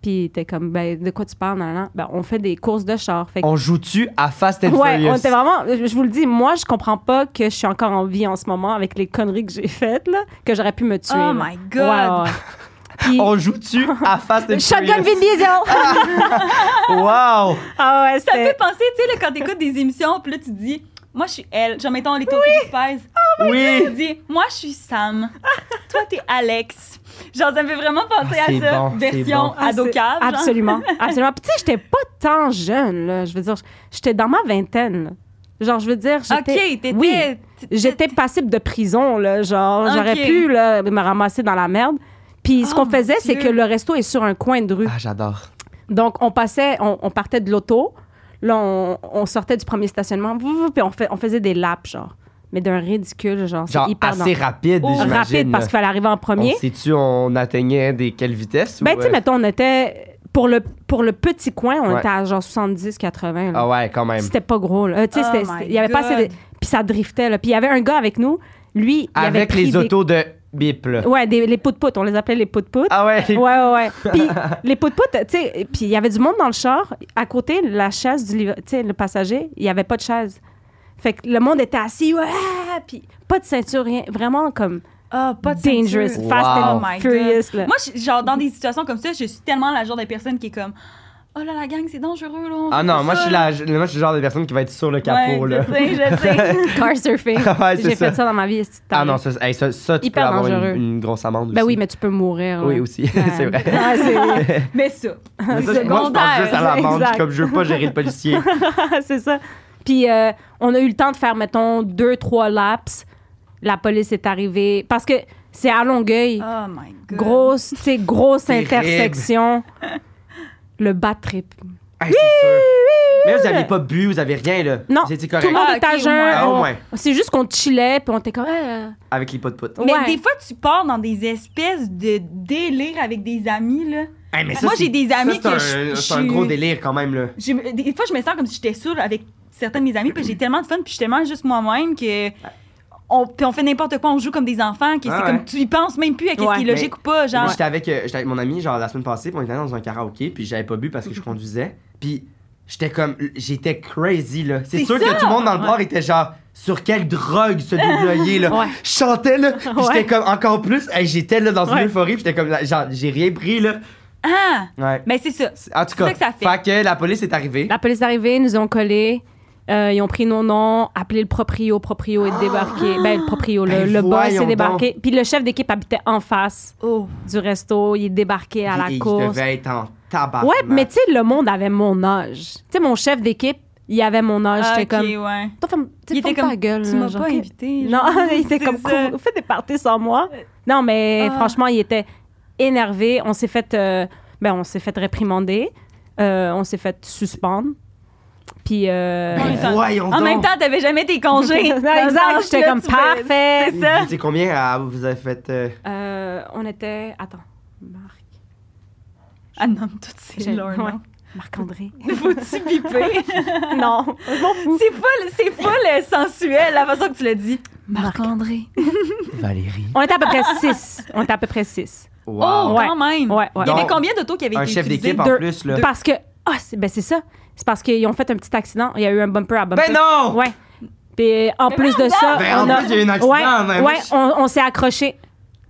Puis t'es comme, ben, de quoi tu parles? nan, nan, nan? Ben, on fait des courses de char. Fait que- On joue-tu à Fast and ouais, on Furious? était vraiment, je je vous le dis, moi, je comprends pas que je suis encore en vie en ce moment avec les conneries que j'ai faites, là, que j'aurais pu me tuer. Oh là. my Ouais, God. ouais, ouais. Puis- On joue-tu à Fast and Furious? Shotgun Vin Diesel! Wow! ah ouais, Ça me fait c'était... penser, tu sais, là, quand t'écoutes des émissions, puis là, tu dis, moi, je suis elle. Genre, mettons, les taux qui pèsent. Oui! Tu dis, moi, je suis Sam. Toi, t'es Alex. Genre, ça me fait vraiment penser Ah, à c'est ça. bon, c'est version bon. ado cave. genre. Ah, Absolument, absolument. Puis tu sais, j'étais pas tant jeune, là. Je veux dire, j'étais dans ma vingtaine, là. Genre, je veux dire, Ok, j'étais... t'étais. Oui. t'étais- J'étais passible de prison, là, genre, Ok. j'aurais pu là, me ramasser dans la merde. Puis ce Oh, qu'on mon faisait, c'est Dieu. que le resto est sur un coin de rue. Ah, j'adore. Donc, on passait, on, on partait de l'auto, là, on, on sortait du premier stationnement, vou, vou, puis on, fait, on faisait des laps, genre. Mais d'un ridicule, genre, c'est Genre hyper assez dangereux. rapide, Oh. j'imagine. rapide parce qu'il fallait arriver en premier. On sait-tu, on atteignait des quelles vitesses? Ben, ou, tu sais, euh, mettons, on était, pour le, pour le petit coin, on Ouais. était à genre 70-80. là. Ah ouais, quand même. C'était pas gros, là. Euh, Tu Oh sais, c'était- my c'était- il y avait pas assez de... God. Puis ça driftait, là. Puis il y avait un gars avec nous, lui, il avait Avec pris les des- autos de bip, là. Ouais, des, les pout-pout, on les appelait les pout-pout. Ah ouais, Ouais, ouais, ouais. Puis les pout-pout, tu sais, puis il y avait du monde dans le char. À côté, la chaise du livre- tu sais, le passager, il n'y avait pas de chaise. Fait que le monde était assis, ouais, puis pas de ceinture, rien. Vraiment comme Ah, pas de dangerous, ceinture. fast and Wow. Oh my furious. là. Moi, je- genre, dans des situations comme ça, je suis tellement la genre de personne qui est comme, oh là, la gang, c'est dangereux, là. on Ah fait non, pas moi je, ça, suis là. la, je- moi je suis le genre de personne qui va être sur le capot Ouais, là. Je sais, je sais. Car surfing. Ouais, c'est J'ai fait ça. ça dans ma vie. est-ce que t'as Ah non, vu? ça, hey, ça, ça, tu Hyper peux avoir dangereux. une, une grosse amende Ben aussi. oui, mais tu peux mourir. Oui, là. aussi, c'est vrai. Ouais, Ah, c'est- Mais ça. Mais ça, je- moi, je pense juste à Secondaire, l'amende, exact. comme je veux pas gérer le policier. Ah, c'est ça. Puis euh, on a eu le temps de faire, mettons, deux, trois laps. La police est arrivée. Parce que C'est à Longueuil. Oh my god. Grosse, tu sais, grosse Terrible. intersection. Le bat trip. Hey, c'est sûr. Mais là, vous n'aviez pas bu, vous avez rien, là. Non, C'était Tout le correct. monde Ah, était ok, à au jeun. moins. Ah, au on- moins. C'est juste qu'on chillait, puis on était comme... euh, Avec les potes potes. Mais ouais. des fois, tu pars dans des espèces de délires avec des amis, là. Hey, Ben mais ça, Moi, c'est- j'ai des ça, amis c'est que un- je- C'est un je- gros délire quand même, là. J'ai- Des fois, je me sens comme si j'étais sûre avec certains de mes amis, puis j'ai tellement de fun, puis je suis tellement juste moi-même que. On, puis on fait n'importe quoi, on joue comme des enfants, que Ah c'est ouais. comme tu y penses même plus à qu'est-ce Ouais. qui est logique Mais- ou pas, genre. Moi, j'étais avec, euh, j'étais avec mon ami, genre, la semaine passée, puis on était allé dans un karaoké, puis j'avais pas bu parce que je conduisais. Puis j'étais comme, j'étais crazy, là. C'est C'est sûr ça! que tout le monde dans le bar était genre, sur quelle drogue ce doublier, là. Ouais. Je chantais, là, puis Ouais. j'étais comme, encore plus, hey, j'étais là dans une Ouais. euphorie, puis j'étais comme, là, genre, j'ai rien pris, là. Ah! Ouais. Ben, c'est ça. C'est- En tout c'est cas, ça que ça fait. que la police est arrivée. La police est arrivée, ils nous ont collés. euh, ils ont pris nos noms, appelé le proprio, proprio est débarqué. Ah. Ben, le proprio, le, Ben, le boss voyons est débarqué. Puis le chef d'équipe habitait en face Oh. du resto, il est débarqué à Et- la et course. Je devais être en tabac. Ouais, mais tu sais, le monde avait mon âge. Tu sais, mon chef d'équipe, il avait mon âge. Ah, J'étais ok, comme. ouais. Toi, ferme- Il tu sais, était ferme comme, ta gueule. Tu là, m'as genre, pas que- invité. Non, genre. il était C'est comme. ça. Vous faites des parties sans moi. Non, mais Ah. franchement, il était énervé. On s'est fait. euh, ben, on s'est fait réprimander. Euh, on s'est fait suspendre. Puis. euh, en même temps. Ben, voyons En donc. même temps, t'avais jamais tes congés. Non, Dans le exact, sens j'étais que comme, tu fais- parfait. C'est ça. Vous étiez combien à- vous avez fait. euh, euh, on était. Attends. Marc. Ah non, toutes ces J'ai- leurs ouais. noms. Marc-André. Faut-tu piper? non, je m'en fous. c'est full, c'est full euh, sensuel, la façon que tu l'as dit. Marc-André. Valérie. On était à peu près six. On était à peu près six. Wow. Oh, Ouais. quand même! Ouais, ouais. Il y avait Donc, combien d'autos qui avaient un été chef utilisés? d'équipe en deux- plus, là. Parce que. Ah, c'est- ben c'est ça. C'est parce qu'ils ont fait un petit accident. Il y a eu un bumper à bumper. Ben non! Ouais. Puis en plus de ça, Ben, on en a. plus, il y a eu un accident, mais ouais, moi, ouais, je- on, on s'est accroché.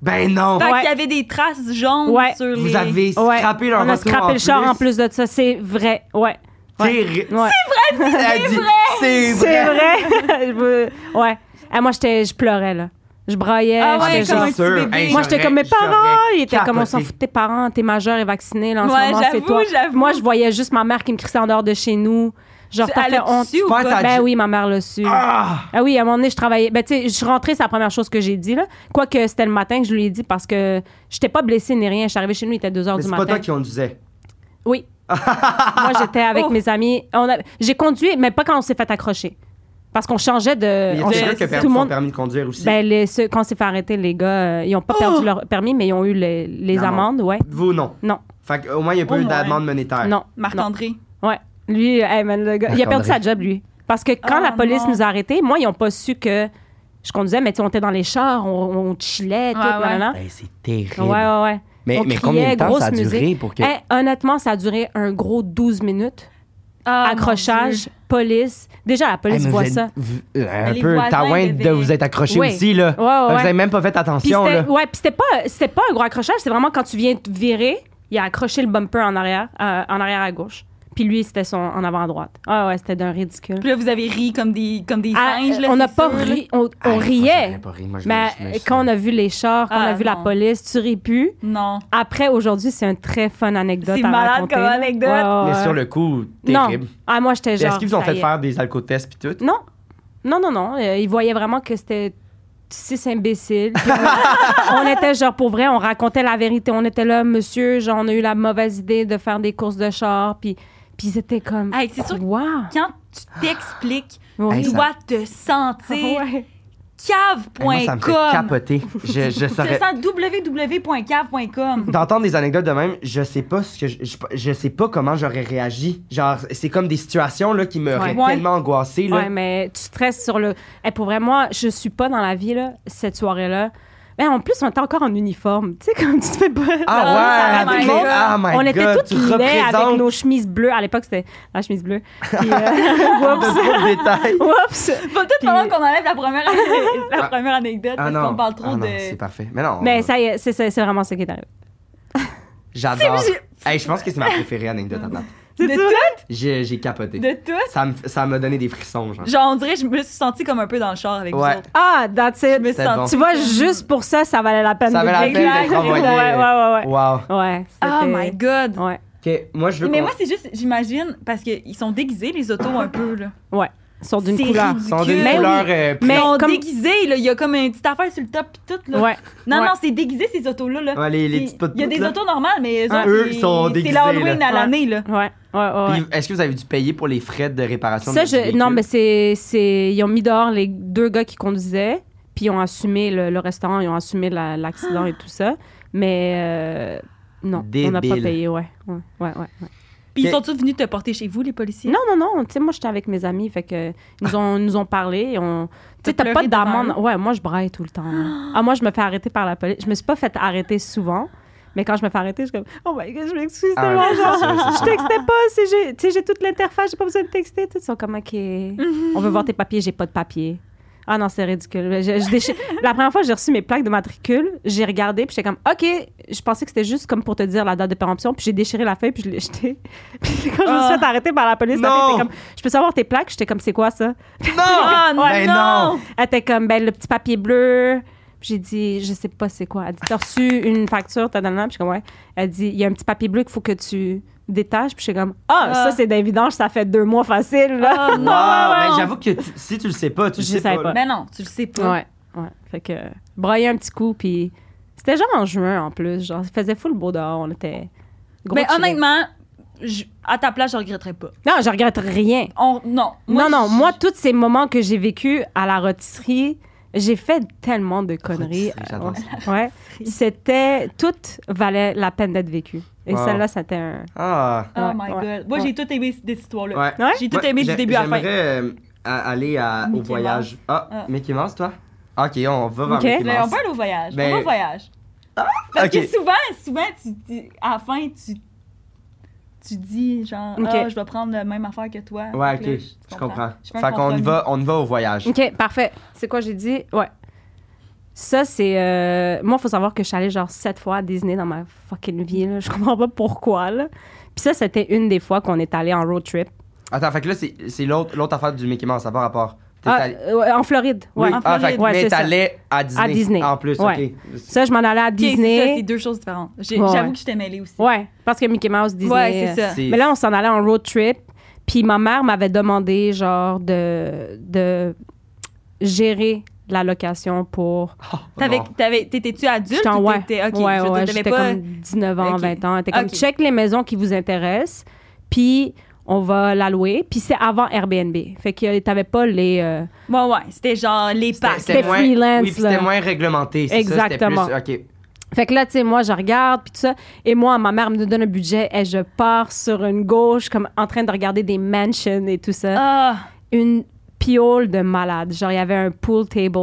Ben non! Fait Ouais. qu'il y avait des traces jaunes Ouais. sur les... Vous avez Ouais. scrappé leur on a retour scrappé en le char plus. en plus de ça. C'est vrai. Ouais. Ouais. Terri- Ouais. Elle dit, C'est C'est vrai! vrai. Je veux- ouais. Ah, moi, j'étais, je pleurais, là. Je braillais. Ah ouais, j'étais comme genre- un petit bébé. Moi, j'étais j'aurais- comme mes parents. j'aurais Ils étaient comme on s'en capoté. fout de tes parents. T'es majeur et vacciné. Là, en Ouais, ce moment, c'est j'avoue, toi. j'avoue. Moi, je voyais juste ma mère qui me crissait en dehors de chez nous. Genre, Tu- t'as elle fait a honte. dessus ou Pas pas? ta- Ben oui, ma mère l'a su. Ah! Ah oui, à un moment donné, je travaillais. Ben, tu sais, je suis rentrée, c'est la première chose que j'ai dit, là. Quoique c'était le matin que je lui ai dit parce que j'étais pas blessée ni rien. Je suis arrivée chez nous, il était 2 h Mais du c'est pas matin. Euh, toi qui conduisais. Oui. Moi, j'étais avec Oh. mes amis. On a- J'ai conduit, mais pas quand on s'est fait accrocher. Parce qu'on changeait de. Il y a on des gens changeait- qui ont perdu tout le son monde. permis de conduire aussi. Ben, les- ceux- quand on s'est fait arrêter, les gars, euh, ils ont pas Oh! perdu leur permis, mais ils ont eu les, les L'amende. amendes, ouais. Vous, non. Non, Fait qu'au moins, il y a pas Au eu moins. d'amende monétaire. oh, non. non. Marc-André. Ouais. Lui, euh, hey, man, le gars, il a perdu sa job, lui. Parce que quand Oh, la police non. nous a arrêtés, moi, ils n'ont pas su que je conduisais, mais tu sais, on était dans les chars, on, on chillait, tout, Ouais, ouais. nanana. Ben, c'est terrible. Ouais, ouais, ouais. Mais, on mais criait, combien de temps ça a grosse duré musique. pour que. Hey, honnêtement, ça a duré un gros 12 minutes. Ah, mon Accrochage, Dieu. police. Déjà, la Hey, police mais vous voit êtes- ça. vous- euh, un Les peu voisins taouin de devaient- vous êtes accroché Oui. aussi, là. Ouais, ouais, Fait que Vous ouais. avez même pas fait Puis attention, c'était là. ouais, puis c'était pas, c'était pas un gros accrochage, c'était vraiment quand tu viens te virer, il a accroché le bumper en arrière, euh, en arrière à gauche. Puis lui, c'était son en avant à droite. Ah ouais, c'était d'un ridicule. Puis là, vous avez ri comme des, comme des Ah, singes. là, on n'a c'est pas sûr, là. ri, Ah, on, on moi, j'aurais riait. pas ri. Moi, je Mais me- je me suis- quand on a vu les chars, quand on Ah, a vu la non. police, tu ris plus. Non. Après, aujourd'hui, c'est une très fun anecdote C'est à malade raconter. comme là. anecdote. Mais sur le coup, Non. terrible. Ah, moi, j'étais genre. Est-ce qu'ils vous ont ça fait y est. faire des alcotests pis tout? Non. Non, non, non. Euh, ils voyaient vraiment que c'était six imbéciles. Puis on, on était genre, pour vrai, on racontait la vérité. On était là, monsieur, genre, on a eu la mauvaise idée de faire des courses de char. Puis, puis ils étaient comme. Hey, c'est sûr que- Wow. Quand tu t'expliques, Oui. Hey, tu ça- dois te sentir Ah Ouais. Hey, Moi, ça me fait cave.com. capoter. Je, je Tu te saurais... sens www.cave.com. D'entendre des anecdotes de même, je sais pas ce que je, je- je sais pas comment j'aurais réagi. Genre, c'est comme des situations là, qui m'auraient Ouais. tellement angoissé. Là. Ouais, mais tu stresses sur le. Hey, pour vrai, moi, je suis pas dans la vie, là, cette soirée-là. Mais en plus, on était encore en uniforme. Tu sais, comme tu te fais pas. Ah, Ah ouais, my avec les- God. ah my on était God, toutes tu nés avec représentes nos chemises bleues. À l'époque, c'était la chemise bleue. Puis, euh, de trop de détails. oups. Oh Faut peut-être Puis- falloir qu'on enlève la première, la Ah. première anecdote Ah parce non, qu'on parle trop ah non, c'est de. parfait. Mais non, Mais ça y est, c'est, c'est- c'est vraiment ça qui est arrivé. j'adore. C'est- Hey, je pense que c'est ma préférée anecdote à date. De tout, J'ai j'ai capoté. de tout. Ça me- ça m'a donné des frissons, genre. Genre, on dirait, je me suis sentie comme un peu dans le char avec Ouais. vous autres. Ah, that's Je me it. suis C'était bon. sentie. Tu vois, juste pour ça, ça valait la peine Ça de valait la le peine faire. d'être envoyé. Ouais, ouais, ouais, ouais. Wow. Ouais, Oh c'était- my god! Ouais. Ok, moi je veux Mais qu'on- moi, c'est juste, j'imagine, parce qu'ils sont déguisés, les autos, un peu, là. Ouais. sont d'une C'est couleur. ridicule. Sans d'une Mais couleur. oui. euh, Ils Mais sont comme- déguisés, là. Il y a comme une petite affaire sur le top pis tout, là. Ouais. Non, Ouais. non, c'est déguisé, ces autos-là, Ah là. bah, Ouais, les, les C'est- petites potes Il y a des là. autos normales, mais eux, Ouais. autres, Eux c'est- sont C'est déguisés, l'Halloween là. à l'année, là. Ouais, ouais, ouais. ouais. Puis, Est-ce que vous avez dû payer pour les frais de réparation Ça, de votre je, non, véhicule? mais c'est, c'est. Ils ont mis dehors les deux gars qui conduisaient, puis ils ont assumé le, le restaurant, ils ont assumé la- l'accident et tout ça. Mais euh, non, on n'a pas Débile. payé, ouais. Ouais, ouais, ouais, ouais. Puis ils Ok. sont-ils venus te porter chez vous, les policiers? Non, non, non, tu sais, moi, j'étais avec mes amis, fait que ils nous ont, ils nous ont parlé. et On... Tu sais, T'as t'as pas pleuré devant d'amende. Ouais, moi, je braille tout le temps. là. Ah, moi, je me fais arrêter par la police. Je me suis pas fait arrêter souvent. Mais quand je me fais arrêter, je suis comme, oh my god, je m'excuse Ah, tellement, ouais, c'est genre, ça, c'est ça. je textais pas, c'est- j'ai- tu sais, j'ai toute l'interface, j'ai pas besoin de texter, tout. Ils sont comme, ok, on veut voir tes papiers, j'ai pas de papiers. Ah non, c'est ridicule. Je- je déchire- La première fois, j'ai reçu mes plaques de matricule, j'ai regardé, puis j'étais comme, OK, je pensais que c'était juste comme pour te dire la date de péremption, puis j'ai déchiré la feuille, puis je l'ai jetée. Puis quand je me suis Ah. fait arrêter par la police, la Non. fille était comme, je peux savoir tes plaques? J'étais comme, c'est quoi ça? Non! Ah, non! Ben non! Elle était comme, ben, le petit papier bleu. Puis J'ai dit, je sais pas c'est quoi. Elle dit, t'as reçu une facture, t'as donné, puis je suis comme, ouais. Elle dit, il y a un petit papier bleu qu'il faut que tu détaches, puis je suis comme, ah, Ah. ça, c'est d'évidence, ça fait deux mois facile, là. Ah, Wow, non! mais Ben, j'avoue que tu- si tu le sais pas, tu le Je sais savais pas. pas. Ben non, tu le sais pas. Ouais, ouais. Fait que, broyer un petit coup, puis c'était genre en juin, en plus. Genre, il faisait full beau dehors, on était gros Mais chilling. Ben, honnêtement, je- à ta place, je regretterais pas. Non, je regrette rien. On- Non. Moi, non, non, je- moi, tous ces moments que j'ai vécu à la rôtisserie, j'ai fait tellement de conneries. Rôtisserie, j'adore ouais. C'était. Toutes valaient la peine d'être vécues. Et Wow. celle-là, c'était un. Ah! Oh Ouais, my ouais, god. Moi, ouais. j'ai tout aimé cette histoire-là. Ouais. Ouais? J'ai tout Moi, aimé j'ai- du début à la fin. J'aimerais euh, à- aller à- au Mickey voyage. Ah, Ah. Mickey Mouse, toi? Ok, on va vers Ok. Mickey Mais on Mouse. peut aller au voyage. Ben- Ah, On va au voyage. Parce ok. que souvent, souvent tu, tu- à la fin, tu, tu dis genre, Ok. Ah, je vais prendre la même affaire que toi. Ouais, Fait que là, ok, je comprends. Je fais un Fait qu'on y compromis. va, on y va au voyage. OK, parfait. C'est quoi j'ai dit? Ouais. Ça, c'est. euh, Moi, il faut savoir que je suis allée genre sept fois à Disney dans ma fucking vie. là. Je comprends pas pourquoi. là. Puis ça, c'était une des fois qu'on est allé en road trip. Attends, fait que là, c'est c'est l'autre l'autre affaire du Mickey Mouse, ça n'a pas rapport. T'es Ah, allé- euh, ouais, en Floride. Oui, Ouais. en ah, Floride. fait que- Ouais, mais c'est ça. t'allais à Disney. À Disney. En plus, Ouais. ok. Ça, je m'en allais à Ok, c'est ça, Disney. C'est deux choses différentes. J'ai- Ouais, J'avoue ouais. que je t'ai mêlée aussi. ouais, parce que Mickey Mouse, Disney. Ouais, c'est euh, ça. C'est- Mais là, on s'en allait en road trip. Puis ma mère m'avait demandé, genre, de, de gérer la location pour. Ah, Oh, T'avais- bon. t'avais- T'étais-tu adulte? J'étais en ou ouais. t'étais- ok, ouais, je veux dire, ouais, t'avais j'étais pas- comme 19 ans, Ok. 20 ans. Elle était comme, Ok. check les maisons qui vous intéressent, puis on va la louer. Puis c'est avant Airbnb. Fait que euh, t'avais pas les... euh, Ouais, ouais. C'était genre les C'était- passes. c'était C'était moins, freelance, oui, puis c'était là. moins réglementé. c'est ça, c'était Exactement. plus- ok. Fait que là, tu sais, moi, je regarde, puis tout ça. Et moi, ma mère me donne un budget et je pars sur une gauche, comme en train de regarder des mansions et tout ça. Ah, Une piole de malade. Genre, il y avait un pool table,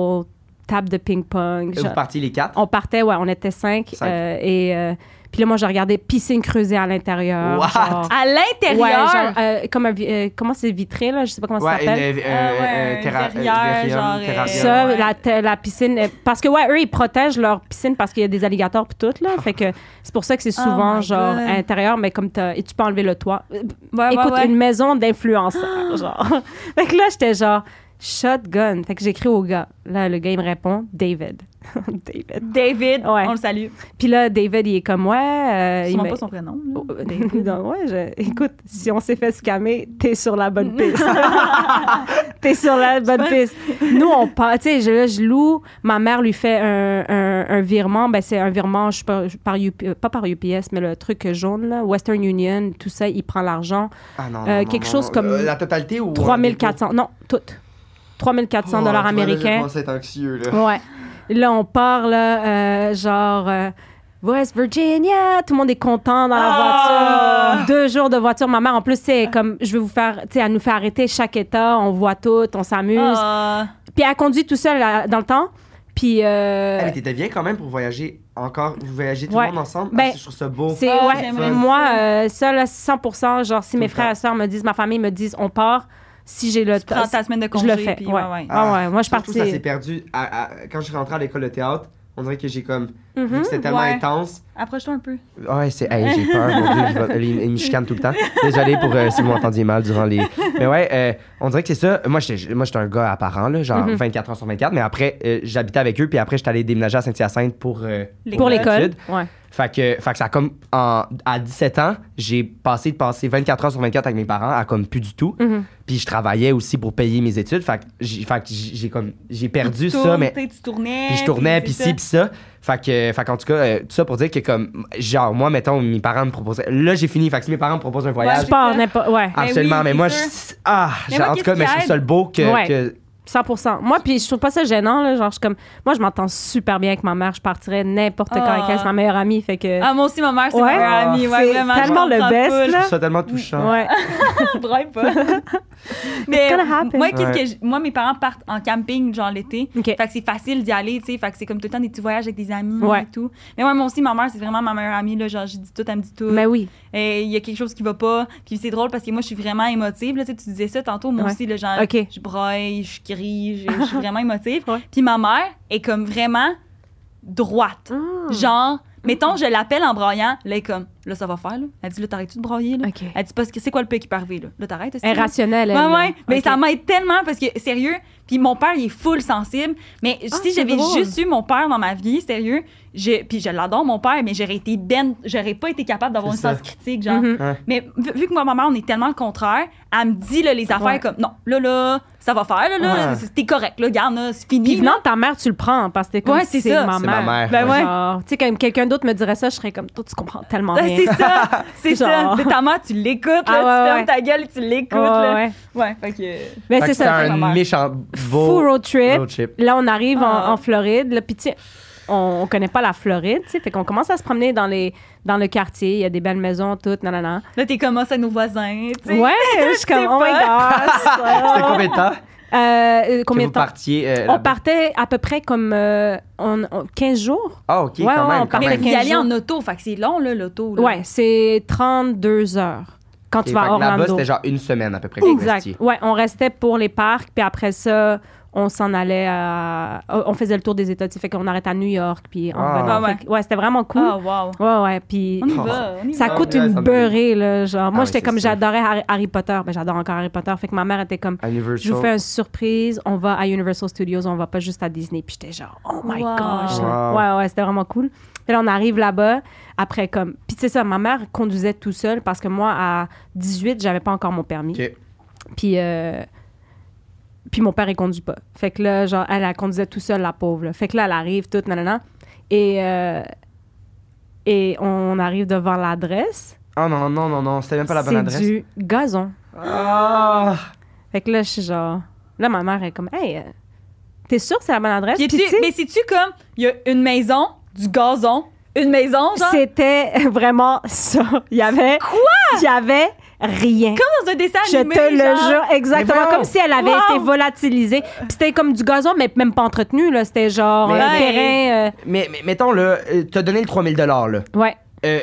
table de ping-pong. Vous genre- partiez les quatre. On partait, ouais, on était cinq. Cinq. euh, et euh, puis là, moi, je regardais piscine creusée à l'intérieur. What? genre- à Ouais, l'intérieur. genre, euh, comme un vi- euh, comment c'est vitré, là? Je sais pas comment ça Ouais, une, s'appelle. Ah euh, euh, ouais, euh, un terra- euh, verrière, verrium, genre, euh, terrarium. Ça, ouais. la, te- la piscine. euh, Parce que, ouais, eux, ils protègent leur piscine parce qu'il y a des alligators puis tout, là. Fait que c'est pour ça que c'est Oh souvent, my genre, God. à l'intérieur, mais comme t'as. Et tu peux enlever le toit. Euh, Ouais, ouais, Écoute, ouais. une maison d'influenceurs, genre. Fait que là, j'étais genre, shotgun. Fait que j'écris au gars. Là, le gars, il me répond, David. David. David, Ouais. on le salue. Puis là, David, il est comme, ouais. euh, Je il ne me- pas son prénom. là. Oh, euh, non, ouais, je- écoute, si on s'est fait scammer, t'es sur la bonne piste. t'es sur la bonne piste. Nous, on part, tu sais, je, là, je loue, ma mère lui fait un, un- un virement, ben c'est un virement, je sais pas, je- par UP, euh, pas par UPS, mais le truc jaune, là, Western Union, tout ça, il prend l'argent, Ah, non, non, Euh, non, quelque non, chose non. comme Euh, Oh, La totalité ou. 3400, non, tout, 3400 dollars américains. C'est anxieux, là. Ouais. Là, on part, là, euh, genre, euh, West Virginia, tout le monde est content dans la Ah! voiture. Deux jours de voiture. Ma mère, en plus, c'est comme, je vais vous faire, tu sais, elle nous fait arrêter chaque état, on voit tout, on s'amuse. Ah, Puis elle conduit tout seul là, dans le temps. Puis, euh, Ah, mais t'étais bien quand même pour voyager encore, vous voyagez tout Ouais. le monde ensemble. Ben, Ah, je trouve ça beau. c'est, Ah, ouais, j'aimerais moi, ça. euh, ça, là, 100 genre, si mes le frères et sœurs me disent, ma famille me disent, on part, si j'ai le tu prends ta semaine de congé. je le fais. puis ouais. ouais, ouais. Ah ouais, moi, je Surtout, ça s'est partais. perdu. à- à- quand je suis rentré à l'école de théâtre, on dirait que j'ai comme. Mhm. Vu que c'était tellement ouais. intense. Approche-toi un peu. Ah Ouais, c'est. hey, j'ai peur, mon Dieu. il va- Il, il me chicane tout le temps. Désolé pour euh, si vous m'entendiez mal durant les. Mais ouais, euh, on dirait que c'est ça. Moi, j'étais moi, j'étais un gars apparent, là, genre Mhm. 24 heures sur 24. Mais après, euh, j'habitais avec eux. Puis après, j'étais allé déménager à Saint-Hyacinthe pour. euh, L'école. Pour l'école. études. Ouais. Fait que, fait que ça a comme. en- à 17 ans, j'ai passé de passer 24 heures sur 24 avec mes parents à comme plus du tout. Mhm. Puis je travaillais aussi pour payer mes études. Fait que j'ai, fait que j'ai j'ai comme. J'ai perdu Tu ça, tournes, mais. tu sais, Tu tournais. Puis je tournais, puis c'est ci, puis ça. Fait que, fait qu'en tout cas, euh, tout ça pour dire que, comme, genre, moi, mettons, mes parents me proposaient. Là, j'ai fini. Fait que si mes parents me proposent un voyage, Tu pars n'importe... Ouais, Ben Ah. absolument. oui, Mais, c'est moi, je. sûr. Ah, Mais genre, moi, en tout cas, qu'est-ce mais qui je trouve aide? ça le beau que. Ouais. que- 100 Moi, puis je trouve pas ça gênant, là. Genre, je suis comme... Moi, je m'entends super bien avec ma mère. Je partirais n'importe quand avec elle. C'est ma meilleure amie, fait que... Ah, moi aussi, ma mère, c'est Ouais. ma meilleure amie. Ouais, C'est vraiment. tellement je le comprends best, pas, je là. trouve ça tellement touchant. Ouais. Je braille pas. Mais gonna happen. moi, qu'est-ce Ouais. que j- moi, mes parents partent en camping, genre l'été. OK. Fait que c'est facile d'y aller, tu sais. Fait que c'est comme tout le temps des petits voyages avec des amis Ouais. et tout. Mais ouais, moi aussi, ma mère, c'est vraiment ma meilleure amie. Là, genre, je dis tout, elle me dit tout. Mais Ben oui. Et il y a quelque chose qui va pas. Puis c'est drôle parce que moi, je suis vraiment émotive. Là, tu sais, tu disais ça tantôt, moi Ouais. aussi, le genre, OK. je braille, je crie, je, je suis vraiment émotive. Ouais. Puis ma mère est comme vraiment droite. Hmm. Genre, mettons, je l'appelle en braillant, là, elle est comme, là, ça va faire, là. Elle dit, là, t'arrêtes-tu de brailler, là? OK. Elle dit, parce que c'est quoi le pays qui peut arriver, là? Là, t'arrêtes, aussi, là. Irrationnel, elle. Ouais, là. ouais. Mais OK. ça m'aide tellement parce que, sérieux, puis mon père, il est full sensible. Mais Ah, si c'est j'avais drôle. juste eu mon père dans ma vie, sérieux, j'ai- puis je l'adore, mon père, mais j'aurais été ben, j'aurais pas été capable d'avoir C'est une ça. sens critique, genre. Mhm. Mais vu, vu que moi, ma mère, on est tellement le contraire, elle me dit là, les affaires Ouais. comme non, là, là, ça va faire, là, là, Ouais. là, c'est- t'es correct, là, regarde, là, c'est fini. Puis là. venant de ta mère, tu le prends parce que t'es comme Ouais, c'est c'est ça. ma C'est ma mère. mère. Ben ouais. Genre, tu sais, quand quelqu'un d'autre me dirait ça, je serais comme, toi, tu comprends tellement Ah, rien. c'est ça, c'est ça. Genre. Mais ta mère, tu l'écoutes, là, Ah, ouais, tu fermes ouais. ta gueule, tu l'écoutes. Ouais, là. ouais. ouais, fait que. Fait Mais que c'est c'était ça. ma un mère. méchant beau Full road trip. road trip. Là, on arrive en, Ah. en Floride. Là, puis, tu sais, on, on connaît pas la Floride, tu sais. Fait qu'on commence à se promener dans, les, dans le quartier. Il y a des belles maisons, toutes, nanana. Là, t'es comme ça, nos voisins, tu sais. Ouais, je suis comme, sais oh my C'était gosh. combien de temps Euh, euh, que Oh. combien vous de temps? partiez euh, On là-bas? partait à peu près comme euh, on- on- 15 jours. Ah, OK, quand Ouais, ouais, même, on quand partait Mais même. d'y quinze aller jours. en auto, fait que c'est long, là, l'auto. là. Ouais, c'est 32 heures quand Et tu vas fait à que Là-bas, Orlando. c'était genre une semaine à peu près. que vous Exact. restiez. Ouais, on restait pour les parcs, puis après ça, on s'en allait à. On faisait le tour des États. tu sais, Fait qu'on arrêtait à New York, puis on Ah. revenait. Ah ouais. Fait que- ouais, c'était vraiment cool. Ah, wow. Ouais, ouais. Puis On y Oh. va, on y ça va. coûte ouais, une ça me- beurrée, là. Genre, moi, ouais, j'étais c'est comme. ça. J'adorais Harry, Harry Potter. Ben, j'adore encore Harry Potter. Fait que ma mère était comme. Je Universal. vous fais une surprise. On va à Universal Studios. On va pas juste à Disney. Puis j'étais genre, oh my Wow. gosh. Wow. Ouais, ouais, c'était vraiment cool. Puis là, on arrive là-bas. Après, comme. Puis c'est ça, ma mère conduisait tout seule parce que moi, à 18, j'avais pas encore mon permis. OK. Puis, euh, puis mon père, il conduit pas. Fait que là, genre, elle, elle conduisait tout seule, la pauvre. là. Fait que là, elle arrive, toute, nanana. Et, euh, et on arrive devant l'adresse. Ah non, non, non, non, c'était même pas la bonne C'est adresse. du gazon. Ah! Fait que là, je suis genre... Là, ma mère est comme, « Hey, euh, t'es sûre que c'est la bonne adresse? » Puis Puis tu- tu sais, mais c'est-tu comme, il y a une maison, du gazon, une maison, genre, c'était vraiment ça. Il y avait... Quoi? Il y avait rien. comme dans un dessin Je animé, te le genre. jure, Mais exactement. voyons. Comme si elle avait Wow. été volatilisée. Puis c'était comme du gazon, mais même pas entretenu. là. C'était genre Mais- un Ouais. terrain... euh, Mais, mais mettons, là, euh, t'as donné le 3000 là. Ouais. Euh,